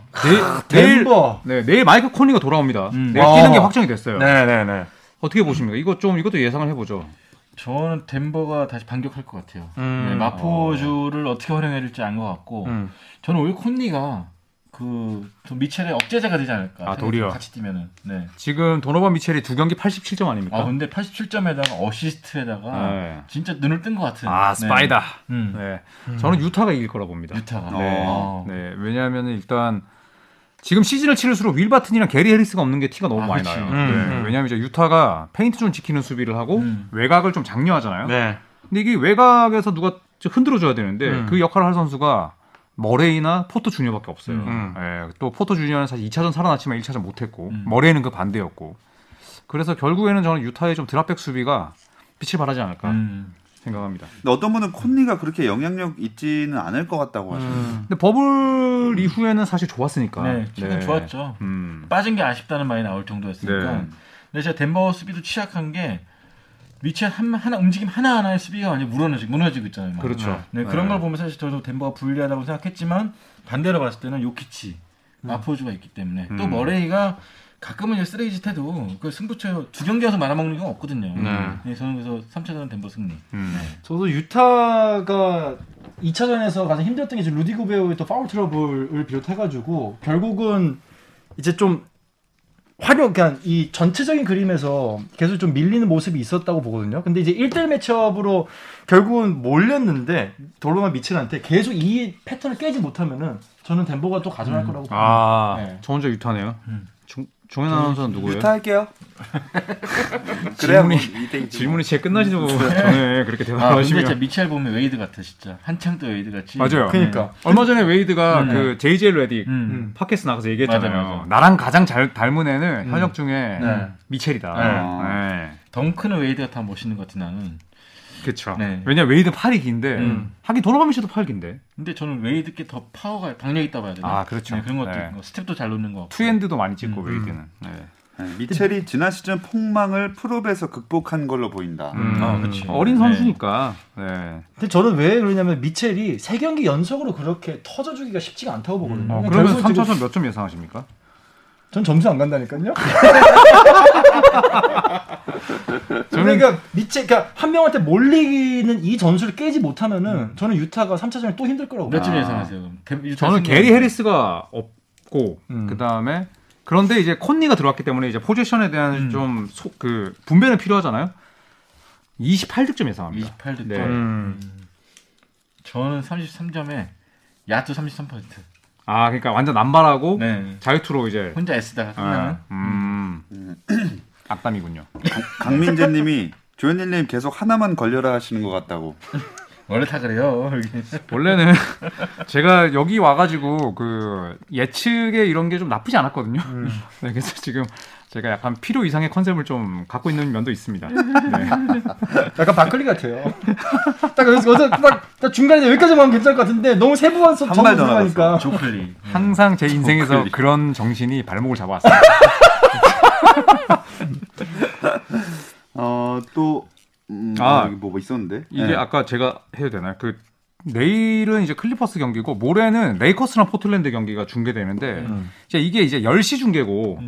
내일
덴버.
네, 내일 마이크 코니가 돌아옵니다.
음.
내일
아.
뛰는 게 확정이 됐어요.
네네네.
어떻게 보십니까? 이거 좀 이것도 예상을 해보죠.
저는 덴버가 다시 반격할 것 같아요.
음.
네, 마포주를 어떻게 활용해야 될지 안 것 같고,
음.
저는 오히려 콘리가 그좀 미첼의 억제자가 되지 않을까.
아, 도리어.
같이 뛰면은. 네.
지금 도노반 미첼이 두 경기 87점 아닙니까?
아 근데 87점에다가 어시스트에다가
네.
진짜 눈을 뜬 것 같은.
아, 스파이다.
네. 음.
네. 저는 유타가 이길 거라 봅니다.
유타가.
네.
어.
네. 왜냐하면 일단 지금 시즌을 치를수록 윌 바튼이랑 게리 해리스가 없는 게 티가 너무
아,
많이
그치.
나요.
음,
네.
음.
왜냐하면 이제 유타가 페인트 존 지키는 수비를 하고
음.
외곽을 좀 장려하잖아요.
네.
근데 이게 외곽에서 누가 좀 흔들어줘야 되는데
음.
그 역할을 할 선수가 머레이나 포터 주니어밖에 없어요.
음.
예, 또 포터 주니어는 사실 2차전 살아났지만 1차전 못했고
음.
머레이는 그 반대였고 그래서 결국에는 저는 유타의 좀 드랍백 수비가 빛을 발하지 않을까
음.
생각합니다.
근데 어떤 분은 콘니가 그렇게 영향력 있지는 않을 것 같다고 하셨어요.
근데 버블 이후에는 사실 좋았으니까.
네. 최근
네.
좋았죠.
음.
빠진 게 아쉽다는 말이 나올 정도였으니까.
네.
근데 제가 덴버 수비도 취약한 게 미첼 한, 하나 움직임 하나 하나의 수비가 완전 무너지고 무너지고 있잖아요. 막.
그렇죠.
네, 그런 걸 보면 사실 저도 덴버가 불리하다고 생각했지만 반대로 봤을 때는 요키치, 마포주가 있기 때문에 또
음.
머레이가 가끔은 이제 쓰레기 짓 해도 그 승부처 두 경기에서 말아먹는 경우 없거든요.
네.
네, 저는 그래서 3차전 덴버 승리.
음.
저도 유타가 2차전에서 가장 힘들었던 게 지금 루디 고베오의 또 파울 트러블을 비롯해가지고 결국은 이제 좀 활용 그냥 이 전체적인 그림에서 계속 좀 밀리는 모습이 있었다고 보거든요. 근데 이제 1대1 매치업으로 결국은 몰렸는데 도로마 미첼한테 계속 이 패턴을 깨지 못하면은 저는 덴버가 또 가져갈 거라고 봅니다.
아,
네.
저 혼자 유타네요.
음.
종, 종현 아나운서는 누구예요?
유타 할게요. 그래야 뭐
질문이-
이때
질문이 제 끝나지도 전에 음. 네, 그렇게
아, 근데 진짜
대답하시면
미첼 보면 웨이드 같아 진짜 한창 또 웨이드 같이.
맞아요.
그러니까
얼마 전에 웨이드가 그 JJ 레딕
음.
팟캐스트 나가서 얘기했잖아요.
맞아, 맞아.
나랑 가장 잘 닮은 애는 현역 중에
네.
미첼이다.
네.
네.
덩크는 웨이드가 다 멋있는 것 같아 나는.
그쵸.
네.
왜냐 웨이드 팔이 긴데
음.
하긴 도노반 미첼도 팔 긴데
근데 저는 웨이드께 더 파워가 박력 있다 봐야 되나?
아, 그렇죠.
네, 그런 것도
네.
있고 스텝도 잘 놓는 거.
투핸드도 많이 찍고
음.
웨이드는. 네.
네, 미첼이 지난 시즌 폭망을 프롭에서 극복한 걸로 보인다.
음.
아, 그치.
어린
네.
선수니까. 네.
근데 저는 왜 그러냐면 미첼이 세 경기 연속으로 그렇게 터져주기가 쉽지가 않다고 보거든요.
어,
그러니까
그러면
결국 지금
3차전 몇 점 예상하십니까?
전 점수 안 간다니까요. 그러니까 미체 그러니까 한 명한테 몰리는 이 전술을 깨지 못하면은 저는 유타가 3차전에 또 힘들 거라고
몇 점
아.
예상하세요? 그럼? 데- 유타
저는
승리.
게리 해리스가 없고
음.
그다음에 그런데 이제 콘니가 들어왔기 때문에 이제 포지션에 대한
음.
좀 그 분배는 필요하잖아요. 28득점 예상합니다.
28득점. 음.
네.
저는 33점에 야투 33%.
아 그러니까 완전 남발하고
네.
자유투로 이제
혼자 애쓰다가
아,
끝나는.
음. 악담이군요.
강민재님이 조현일님 계속 하나만 걸려라 하시는 것 같다고.
원래 다 그래요. 여기.
원래는 제가 여기 와가지고 그 예측에 이런 게 좀 나쁘지 않았거든요.
음.
네, 그래서 지금 제가 약간 필요 이상의 컨셉을 좀 갖고 있는 면도 있습니다. 네.
약간 바클리 같아요. 딱 여기서 여기서 딱, 딱 중간에 여기까지만 괜찮을 것 같은데 너무 세부한 서
한발더
들어가니까.
조클리. 음.
항상 제 인생에서 어, 그런 정신이 발목을 잡아왔어요.
어또 음,
아.
아, 여기 뭐가 있었는데
이게
네.
아까 제가 해도 되나요? 그 내일은 이제 클리퍼스 경기고 모레는 레이커스랑 포틀랜드 경기가 중계되는데 이제 이게 이제 10시 중계고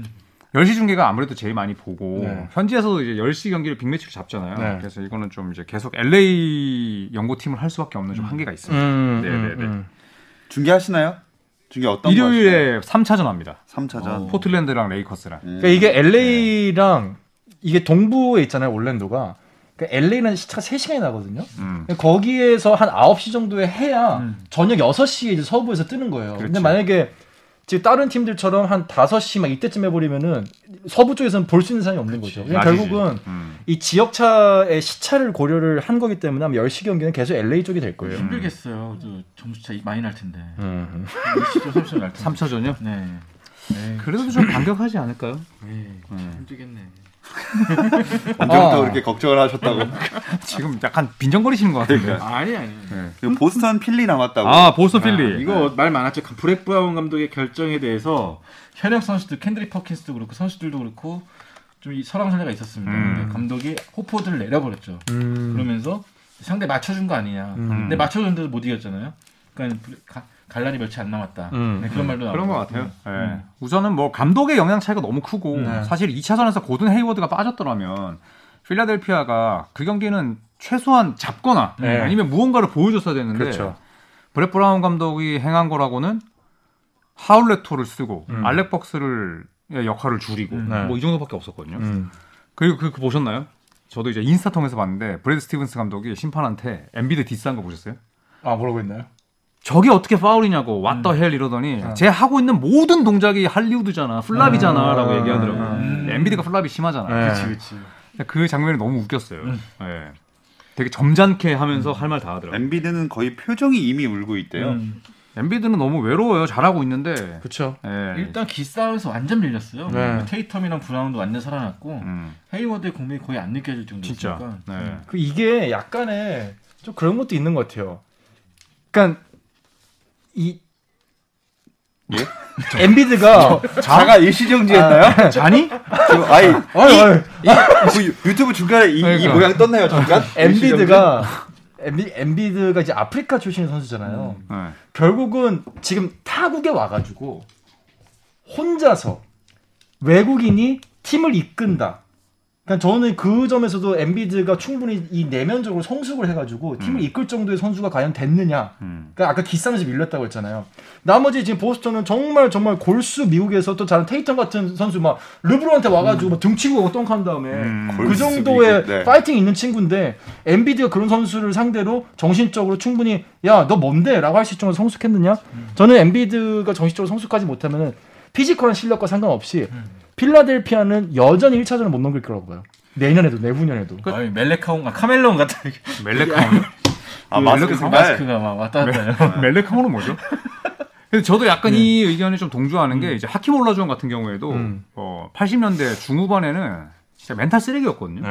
10시 중계가 아무래도 제일 많이 보고
네.
현지에서도 이제 10시 경기를 빅매치로 잡잖아요.
네.
그래서 이거는 좀 이제 계속 LA 연고팀을 할 수밖에 없는 좀 한계가 있습니다.
음,
네, 네, 네.
중계하시나요? 중계 어떤
일요일에 네. 3차전 합니다.
3차전
어. 포틀랜드랑 레이커스랑.
그러니까 이게
음.
LA랑 이게 동부에 있잖아요 올랜도가. LA는 시차가 3시간이 나거든요.
음.
거기에서 한 9시 정도에 해야
음.
저녁 6시에 이제 서부에서 뜨는 거예요. 근데
그렇죠.
만약에 지금 다른 팀들처럼 한 5시 막 이때쯤 해버리면은 서부 쪽에서는 볼 수 있는 사람이 없는 거죠. 그냥
낮이지.
결국은
음.
이 지역차의 시차를 고려를 한 거기 때문에 아마 10시 경기는 계속 LA 쪽이 될
음.
거예요.
힘들겠어요. 또 점수 차 많이 날 텐데.
음.
20점, 30점 날 텐데.
3차전이요?
네.
그래도 좀 반격하지 않을까요? 음.
에이, 예, 힘들겠네.
언제부터
아.
그렇게 걱정을 하셨다고?
지금 약간 빈정거리시는 것 같은데.
아니 아니.
이거 보스턴 필리 남았다고.
아, 보스턴 필리.
네.
이거 말 많았죠. 그 브렉 브라운 감독의 결정에 대해서
현역 선수들 캔드리 퍼킨스도 그렇고 선수들도 그렇고 좀 이 설왕설래가 있었습니다.
음.
근데 감독이 호포드를 내려버렸죠. 그러면서 상대 맞춰준 거 아니냐.
음.
근데 맞춰줬는데도 못 이겼잖아요. 그러니까 가- 갈날이 며칠 안 남았다.
음.
네, 그런 말도 나오고.
그런 것 같아요. 예. 우선은 뭐 감독의 영향 차이가 너무 크고
네.
사실 2차전에서 고든 헤이워드가 빠졌더라면 필라델피아가 그 경기는 최소한 잡거나
네.
아니면 무언가를 보여줬어야 되는데
그렇죠.
브렛 브라운 감독이 행한 거라고는 하울레토를 쓰고 알렉 박스를 역할을 줄이고
음. 네.
뭐 이 정도밖에 없었거든요.
음.
그리고 그, 그 보셨나요? 저도 이제 인스타 통해서 봤는데 브래드 스티븐스 감독이 심판한테 엔비드 디스한 거 보셨어요?
아 뭐라고 했나요?
저게 어떻게 파울이냐고
음.
왓더 헬 이러더니 쟤 하고 있는 모든 동작이 할리우드잖아 플랍이잖아 라고
음.
얘기하더라고요 음. 엔비드가 플랍이 심하잖아
네.
그치, 그치.
그 장면이 너무 웃겼어요
음.
예. 되게 점잖게 하면서 할 말 다 하더라고요
엔비드는 거의 표정이 이미 울고 있대요.
음.
엔비드는 너무 외로워요 잘하고 있는데
그렇죠.
예.
일단 기싸움에서 완전 밀렸어요. 뭐
네.
테이텀이랑 브라운도 완전 살아났고
음,
헤이워드의 공백이 거의 안 느껴질 정도였으니까.
진짜 네.
음.
그 이게 약간의 좀 그런 것도 있는 것 같아요. 그러니까 이 예? 엔비드가
자가
아.
일시정지했나요?
음.
자니?
지금 아이,
어이, 어이.
뭐 유- 유튜브 중간에 이, 이
그러니까.
모양 떴나요 잠깐? 네.
엔비드가 엔비, 엔비드가 이제 아프리카 출신의 선수잖아요.
예.
결국은 지금 타국에 와가지고 혼자서 외국인이 팀을 이끈다. 그러니까 저는 그 점에서도 엔비드가 충분히 이 내면적으로 성숙을 해가지고 팀을 이끌 정도의 선수가 과연 됐느냐.
음.
그러니까 아까 기싸움에서 밀렸다고 했잖아요. 나머지 지금 보스턴은 정말 정말 골수 미국에서 또 다른 테이턴 같은 선수 막 르브론한테 와가지고 막 등치고 가고 똥한 다음에 그
골수
정도의
미국, 네.
파이팅 있는 친구인데 엔비디가 그런 선수를 상대로 정신적으로 충분히 야 너 뭔데라고 할 수 있을 정도로 성숙했느냐? 저는 엔비드가 정신적으로 성숙하지 못하면 피지컬한 실력과 상관없이 필라델피아는 여전히 1차전을 못 넘길 거라고 봐요. 내년에도 내후년에도.
아니, 멜레카온, 아, 카멜론 같은
멜렉하운
아 마스크 색깔.
네.
마스크가 막 왔다 갔다 해요.
멜렉하운은 뭐죠? 아. 근데 저도 약간 이 의견에 좀 동조하는 게 이제 하킴 올라주원 같은 경우에도 어, 80년대 중후반에는 진짜 멘탈 쓰레기였거든요.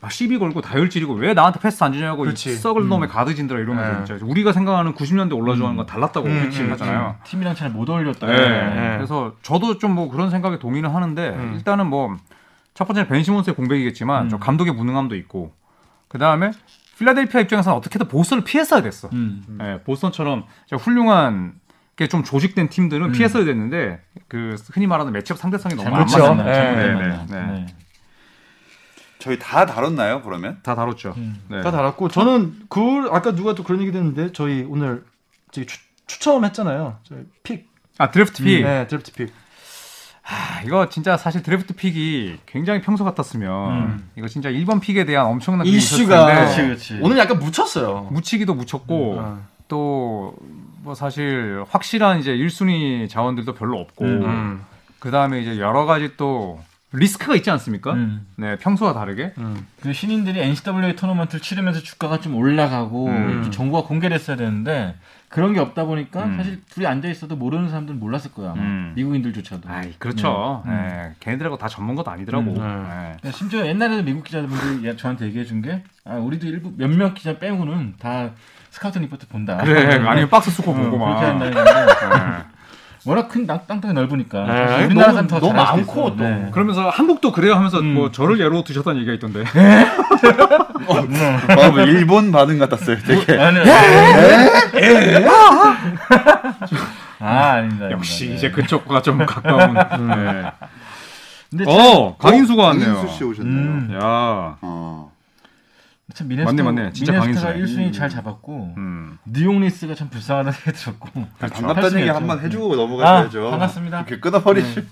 막 시비 걸고 다혈질이고 왜 나한테 패스 안 주냐고 이
그렇지.
썩을 놈의 가드진들아 이러면서
네.
진짜 우리가 생각하는 90년대 올라주는 건 달랐다고
음,
하잖아요.
팀이랑 잘 못 어울렸다.
네.
네.
그래서 저도 좀 뭐 그런 생각에 동의는 하는데 일단은 뭐 첫 번째는 벤시몬스의 공백이겠지만 저 감독의 무능함도 있고 그 다음에 필라델피아 입장에서는 어떻게든 보스를 피했어야 됐어.
음.
예, 보스턴처럼 진짜 훌륭한 게 좀 조직된 팀들은 피했어야 됐는데 그 흔히 말하는 매치업 상대성이 너무 안
그렇죠.
맞았나
네,
만났나요? 잘못
네,
만났나요?
네, 네.
저희 다 다뤘나요 그러면?
다 다뤘죠.
음.
네.
다 달았고 저는 그 아까 누가 또 그런 얘기 했는데 저희 오늘 저기 추, 추첨 했잖아요. 저희 픽.
아
음.
드래프트 픽.
네, 드래프트 픽.
아, 이거 진짜 사실 드래프트 픽이 굉장히 평소 같았으면 이거 진짜 1번 픽에 대한 엄청난 그게 있었을
이슈가. 음.
텐데
그렇지,
음.
그렇지.
오늘 약간 묻혔어요. 아,
묻히기도 묻혔고 또 뭐 사실 확실한 이제 1순위 자원들도 별로 없고
음.
그 다음에 이제 여러 가지 또 리스크가 있지 않습니까?
음.
네, 평소와 다르게.
음.
그 신인들이 NCAA 토너먼트를 치르면서 주가가 좀 올라가고
음.
이렇게 정보가 공개됐어야 되는데 그런 게 없다 보니까 사실 둘이 앉아 있어도 모르는 사람들은 몰랐을 거야 아마.
음.
미국인들조차도.
아이, 그렇죠. 네, 걔네들하고 다 전문가도 아니더라고. 네.
그러니까 심지어 옛날에도 미국 기자분들이 얘- 저한테 얘기해 준 게 아, 우리도 일부 몇몇 기자 빼고는 다 스카우트 리포트 본다.
그래, 아니면 박스 수고
어,
보고 막. 예.
그렇게 한다는 건데 워낙 큰 땅, 땅덩이 넓으니까
네,
사실
아니,
우리나라
너무-
사람 더
너무
잘할 수
많고
있어.
또.
네.
그러면서 한국도 그래요 하면서 뭐 저를 예로 드셨다는 얘기가 있던데.
아, 뭐 일본 반응 같았어요. 되게.
아니, 아니, 아니. 예? 아 아닙니다.
역시
아닙니다.
이제 그쪽과 좀 가까운. 네.
근데
음. 어, 강인수가 왔네요. 아,
강인수 씨 오셨네요.
음,
야.
어.
참 미네스타,
맞네, 맞네. 진짜
미네스타가
강인수네.
1순위 잘 잡았고
음.
뉴욕 리스가 참 불쌍하다 생각이 들었고 아,
반갑다는 얘기
팔순이었죠.
한 번 해주고
네.
넘어가셔야죠.
아, 반갑습니다.
이렇게 끊어버리시.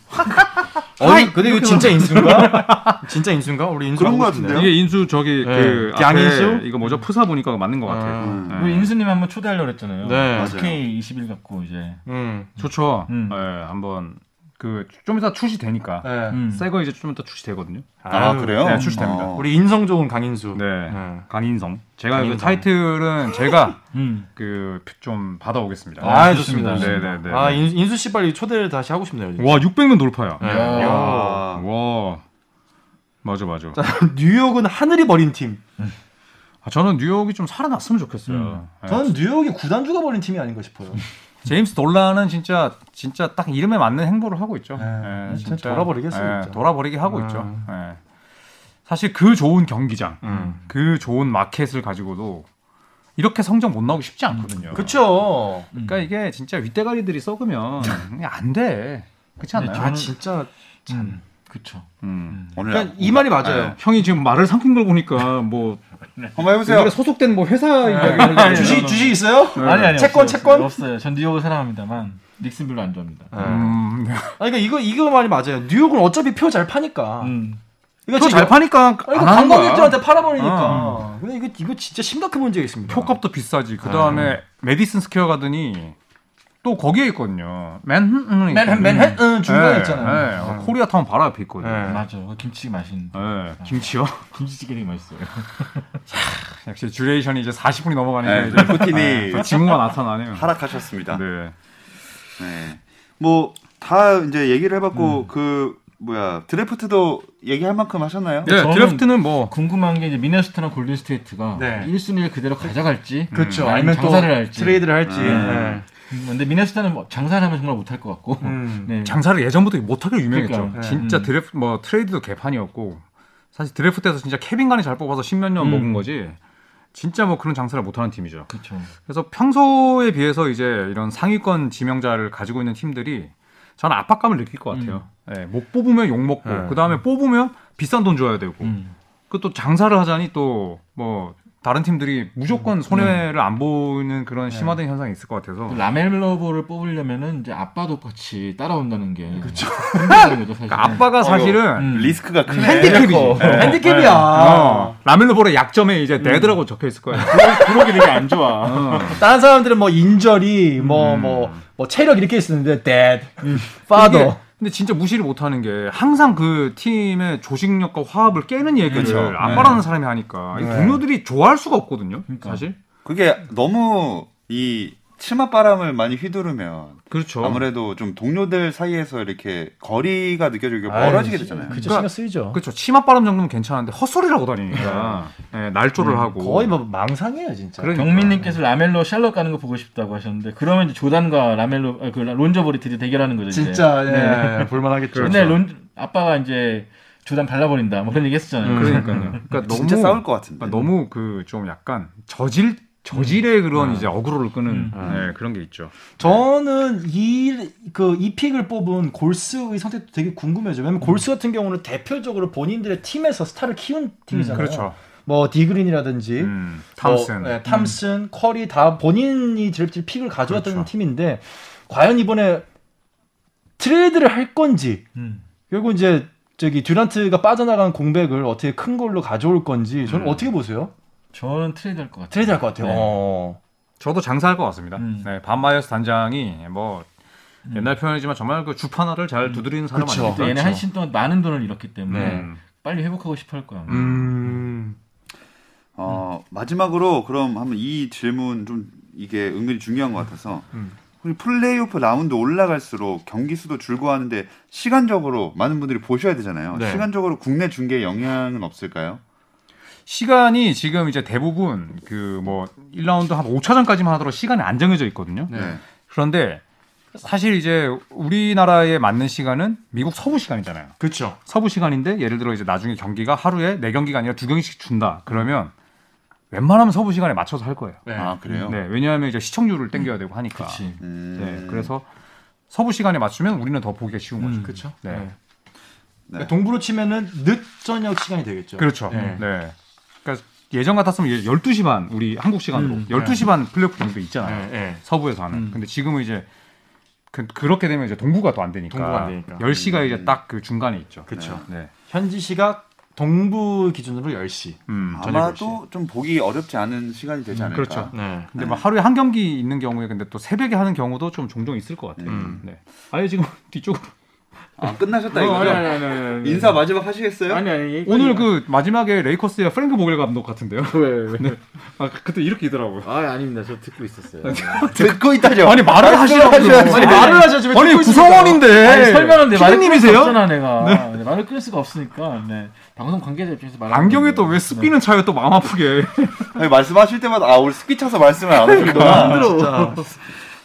어이, 근데 이거 진짜 인수인가?
진짜 인수인가? 우리 인수
그런
하고
것
싶네.
같은데요?
이게 인수 저기
네.
그
양인수?
앞에 이거 뭐죠? 푸사 보니까 맞는 것 같아요.
아.
음.
네.
우리 인수님 한번 초대하려고 했잖아요.
네.
맞아요.
SK21 갖고 이제
음.
좋죠.
음.
예, 한번 그 좀 이따 출시되니까.
네.
음.
새 거 이제 좀 이따 출시되거든요.
아, 그래요?
네, 출시됩니다.
어.
우리 인성 좋은 강인수.
네.
네.
강인성. 제가 그
강인성.
타이틀은 제가
음.
그 좀 받아오겠습니다.
아,
아,
좋습니다.
좋습니다.
네, 네, 네.
아, 인, 인수 씨 빨리 초대를 다시 하고 싶네요. 진짜.
와, 600명 돌파야.
네.
야.
아,
와. 맞아, 맞아.
뉴욕은 하늘이 버린 팀.
아, 저는 뉴욕이 좀 살아났으면 좋겠어요.
음.
예.
저는 뉴욕이 구단주가 버린 팀이 아닌가 싶어요.
제임스 돌란은 진짜 진짜 딱 이름에 맞는 행보를 하고 있죠.
예,
예,
진짜 돌아버리겠어요,
예,
진짜.
돌아버리게 하고
음.
있죠. 예. 사실 그 좋은 경기장,
음.
그 좋은 마켓을 가지고도 이렇게 성적 못 나오기 쉽지 않거든요.
그쵸.
그러니까 이게 진짜 윗대가리들이 썩으면 그냥 안 돼. 그렇지
네,
않나요?
아, 진짜
참 그쵸.
음.
오늘
그러니까 이 말이
네.
맞아요.
형이 지금 말을 삼킨 걸 보니까 뭐
한번 해보세요.
옛날에 소속된 뭐 회사 이야기를 하려고
주식
그러나.
주식 있어요?
아니 아니
네. 채권,
없어요,
채권? 네.
없어요. 없어요. 전 뉴욕을 사랑합니다만 닉슨 별로 안 좋아합니다.
음,
아니, 그러니까 이거 이거 말이 맞아요. 뉴욕은 어차피 표 잘 파니까.
음.
이거
표
지금
잘 파니까
아, 이거
안 하는 거야.
관광객들한테 팔아버리니까. 근데 이거 이거 진짜 심각한 문제가 있습니다.
표값도 비싸지. 그 다음에 메디슨 스퀘어 가더니 또 거기에 있거든요. 음, 맨
맨 맨해튼 음, 중간에 있잖아요.
네, 코리아 타운 바로 앞에 있거든요.
네.
맞아. 그 김치찌개 맛있는.
예, 김치요.
김치찌개 되게 맛있어요.
역시 듀레이션이 이제 40분이 넘어가니까
네,
이제
푸틴이
그 징후가 나타나네요.
하락하셨습니다.
네.
네. 뭐 다 이제 얘기를 해봤고 그 뭐야 드래프트도 얘기할 만큼 하셨나요?
네,
저는-
드래프트는 뭐
궁금한 게 이제 미네소타랑 골든 스테이트가
네.
1순위를 그대로 가져갈지
그렇죠.
아니면
아니면 또
장사를 음. 할지.
트레이드를 할지.
네.
음, 근데 미네소타는 뭐 장사를 하면 정말 못할 것 같고.
음.
네.
장사를 예전부터 못하기로 유명했죠.
그러니까요.
진짜
음.
드래프트 뭐 트레이드도 개판이었고 사실 드래프트에서 진짜 케빈 간이 잘 뽑아서 십몇 년
음.
먹은 거지. 진짜 뭐 그런 장사를 못하는 팀이죠.
그렇죠.
그래서 평소에 비해서 이제 이런 상위권 지명자를 가지고 있는 팀들이 저는 압박감을 느낄 것 같아요. 예, 못 뽑으면 욕 먹고
네.
그 다음에 뽑으면 비싼 돈 줘야 되고
음.
그 또 장사를 하자니 또 뭐 다른 팀들이 무조건 손해를 안 보는 그런 심화된 현상이 있을 것 같아서
그 라멜러볼을 뽑으려면은 이제 아빠도 같이 따라온다는 게 그렇죠. 힘든 거죠 사실.
그러니까 아빠가 사실은
음.
리스크가 크네.
핸디캡이지. 핸디캡이야.
어, 라멜로볼의 약점에 이제 내드라고 적혀 있을 거예요.
그러기 되게 안 좋아.
다른 사람들은 뭐 인절이 뭐 뭐 뭐 체력 이렇게 있었는데 dad, father.
이게- 근데 진짜 무시를 못 하는 게 항상 그 팀의 조직력과 화합을 깨는 얘기를 아빠라는 사람이 하니까 이 동료들이 좋아할 수가 없거든요.
그러니까.
사실.
그게 너무 이 치맛 바람을 많이 휘두르면
그렇죠.
아무래도 좀 동료들 사이에서 이렇게 거리가 느껴지고 멀어지게 되잖아요.
그쵸 신경
그러니까-
쓰이죠.
그렇죠. 치맛바람 정도면 괜찮은데 헛소리라고 다니니까 예, 날조를 하고
거의 뭐 망상이에요 진짜.
그러니까.
경민님께서 라멜로 샬럿 가는 거 보고 싶다고 하셨는데 그러면 이제 조단과 라멜로 아, 그 론저볼이 드디어 대결하는
네.
거죠. 이제. 그렇죠.
진짜 예.
볼만하겠죠.
옛날 론 아빠가 이제 조단 발라버린다 뭐 그런 얘기 했었잖아요.
그러니까요. 그러니까 너무
진짜 싸울 것 같은데.
그러니까 너무 그 좀 약간 저질 저질의 그런 이제 어그로를 끄는 예, 그런 게 있죠.
그렇죠. 저는 이 그 이 픽을 뽑은 골스의 선택도 되게 궁금해져요. 왜냐면 골스 같은 경우는 대표적으로 본인들의 팀에서 스타를 키운 팀이잖아요.
그렇죠.
뭐 디그린이라든지
음, 탐슨.
뭐, 음. 네, 탐슨,
음.
커리 다 본인이 드래프트 픽을 가져왔던
그렇죠.
팀인데 과연 이번에 트레이드를 할 건지
음.
결국 이제 저기 듀란트가 빠져나간 공백을 어떻게 큰 걸로 가져올 건지
음.
저는 어떻게 보세요?
저는 트레이드 할 것
어.
네.
같아요.
트레이드 할 것 같아요.
네.
어.
저도 장사할 것 같습니다.
음.
네, 반마이어스 단장이 뭐 옛날 표현이지만 정말 그 주판화를 잘 두드리는 사람
그쵸.
아닙니까?
또 음. 얘네 한 시즌 동안 많은 돈을 잃었기 때문에
음.
빨리 회복하고 싶어 할 거야. 아마.
음.
어, 마지막으로 그럼 한번 이 질문 좀 이게 은근히 중요한 것 같아서 우리 플레이오프 라운드 올라갈수록 경기 수도 줄고 하는데 시간적으로 많은 분들이 보셔야 되잖아요.
네.
시간적으로 국내 중계에 영향은 없을까요?
시간이 지금 이제 대부분 그 뭐 1라운드 한 5차전까지만 하더라도 시간이 안 정해져 있거든요.
네.
그런데 사실 이제 우리나라에 맞는 시간은 미국 서부 시간이잖아요.
그렇죠.
서부 시간인데 예를 들어 이제 나중에 경기가 하루에 네 경기가 아니라 두 경기씩 준다. 그러면 웬만하면 서부 시간에 맞춰서 할 거예요.
네.
아 그래요?
네, 왜냐하면 이제 시청률을 땡겨야 되고 하니까.
그치.
음,
네, 그래서 서부 시간에 맞추면 우리는 더 보기가 쉬운 거죠.
그렇죠.
네.
그러니까
네.
동부로 치면은 늦 저녁 시간이 되겠죠.
그렇죠.
네.
네. 그러니까 예전 같았으면 이제 12시 반 우리 한국 시간으로 12시 반 플레이오프 경기도 있잖아요.
음, 네, 네.
서부에서 하는. 근데 지금은 이제 그, 그렇게 되면 이제 동부가 또 안 되니까.
동부가 안 되니까. 음,
10시가 이제 딱 그 중간에 있죠.
그렇죠.
네.
현지 시각 동부 기준으로 10시.
음.
아마도 좀 보기 어렵지 않은 시간이 되지 않을까?
그렇죠.
네.
근데 뭐 하루에 한 경기 있는 경우에 근데 또 새벽에 하는 경우도 좀 종종 있을 것 같아요.
음.
네. 아예 지금 뒤쪽
아 끝나셨다
어, 아니,
이거죠?
아니, 아니, 아니, 아니.
인사 마지막 하시겠어요?
아니 아니.
오늘 그 마지막에 레이커스의 프랭크 보겔 감독 같은데요.
왜 왜?
아 그때 이렇게 있더라고요.
아 아닙니다. 저 듣고 있었어요.
듣고 있다죠.
아니 말을 하시라고.
아니, 말을 하셔야지. 왜 듣고 있습니까?
아니
네.
구성원인데.
아니, 설명하는데 말을 끊을 수
피디님이세요?
없잖아 내가. 네. 말을 끊을 수가 없으니까. 네. 방송 관계자 입장에서 말.
안경에 또 왜 습기는 차요 또 마음 아프게.
아니, 말씀하실 때마다 아 우리 스키 차서 말씀을 안 하셨구나.
진짜.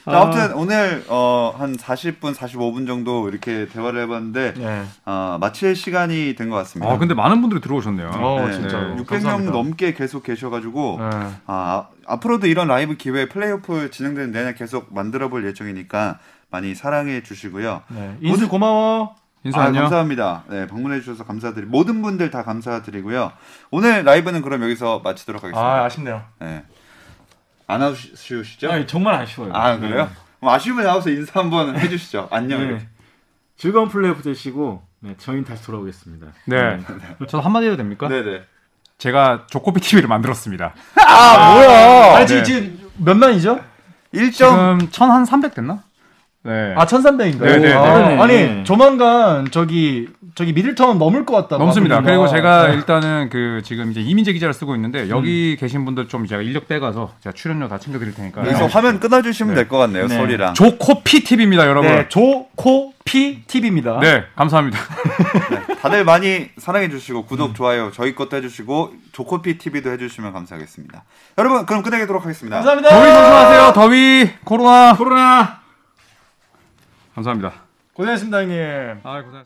자, 아무튼 오늘 어, 한 40분, 45분 정도 이렇게 대화를 해봤는데
네.
어, 마칠 시간이 된 것 같습니다.
아 근데 많은 분들이 들어오셨네요.
어,
네,
진짜.
네.
600명 넘게 계속 계셔가지고
네.
아, 앞으로도 이런 라이브 기회 플레이오프 진행되는 내내 계속 만들어볼 예정이니까 많이 사랑해 주시고요.
네. 인수 고마워.
인사
아,
안녕.
감사합니다. 네, 방문해 주셔서 감사드리 모든 분들 다 감사드리고요. 오늘 라이브는 그럼 여기서 마치도록
아,
하겠습니다.
아쉽네요.
네. 안 아쉬우시죠?
아니, 정말 아쉬워요.
아 그래요? 그럼 아쉬움을 담아서 인사 한번 해주시죠. 안녕.
네.
이렇게.
즐거운 플레이오프 되시고 네, 저희는 다시 돌아오겠습니다.
네. 저도 한마디 해도 됩니까?
네네.
제가 조코비 TV를 만들었습니다.
아니,
네.
지금, 지금 몇 만이죠?
1점
지금 1,300 됐나? 네.
아, 1300인가요?
네, 네,
아,
네, 네.
니 조만간 저기, 저기 미들턴 넘을 것 같다.
넘습니다.
마블리가.
그리고 제가 일단은 그 지금 이제 이민재 기자를 쓰고 있는데 여기 계신 분들 좀 제가 인력 빼가서 제가 출연료 다 챙겨드릴 테니까.
여기서 화면 끊어주시면 될 것 네. 같네요.
네.
소리랑.
조코피 TV입니다, 여러분.
네,
네,
조코피 TV입니다.
감사합니다.
다들 많이 사랑해주시고 구독, 좋아요 저희 것도 해주시고 조코피 TV도 해주시면 감사하겠습니다. 여러분 그럼 끝내도록 하겠습니다.
감사합니다.
더위 조심하세요. 더위, 코로나. 코로나. 감사합니다.
고생하셨습니다, 형님.
아, 고생.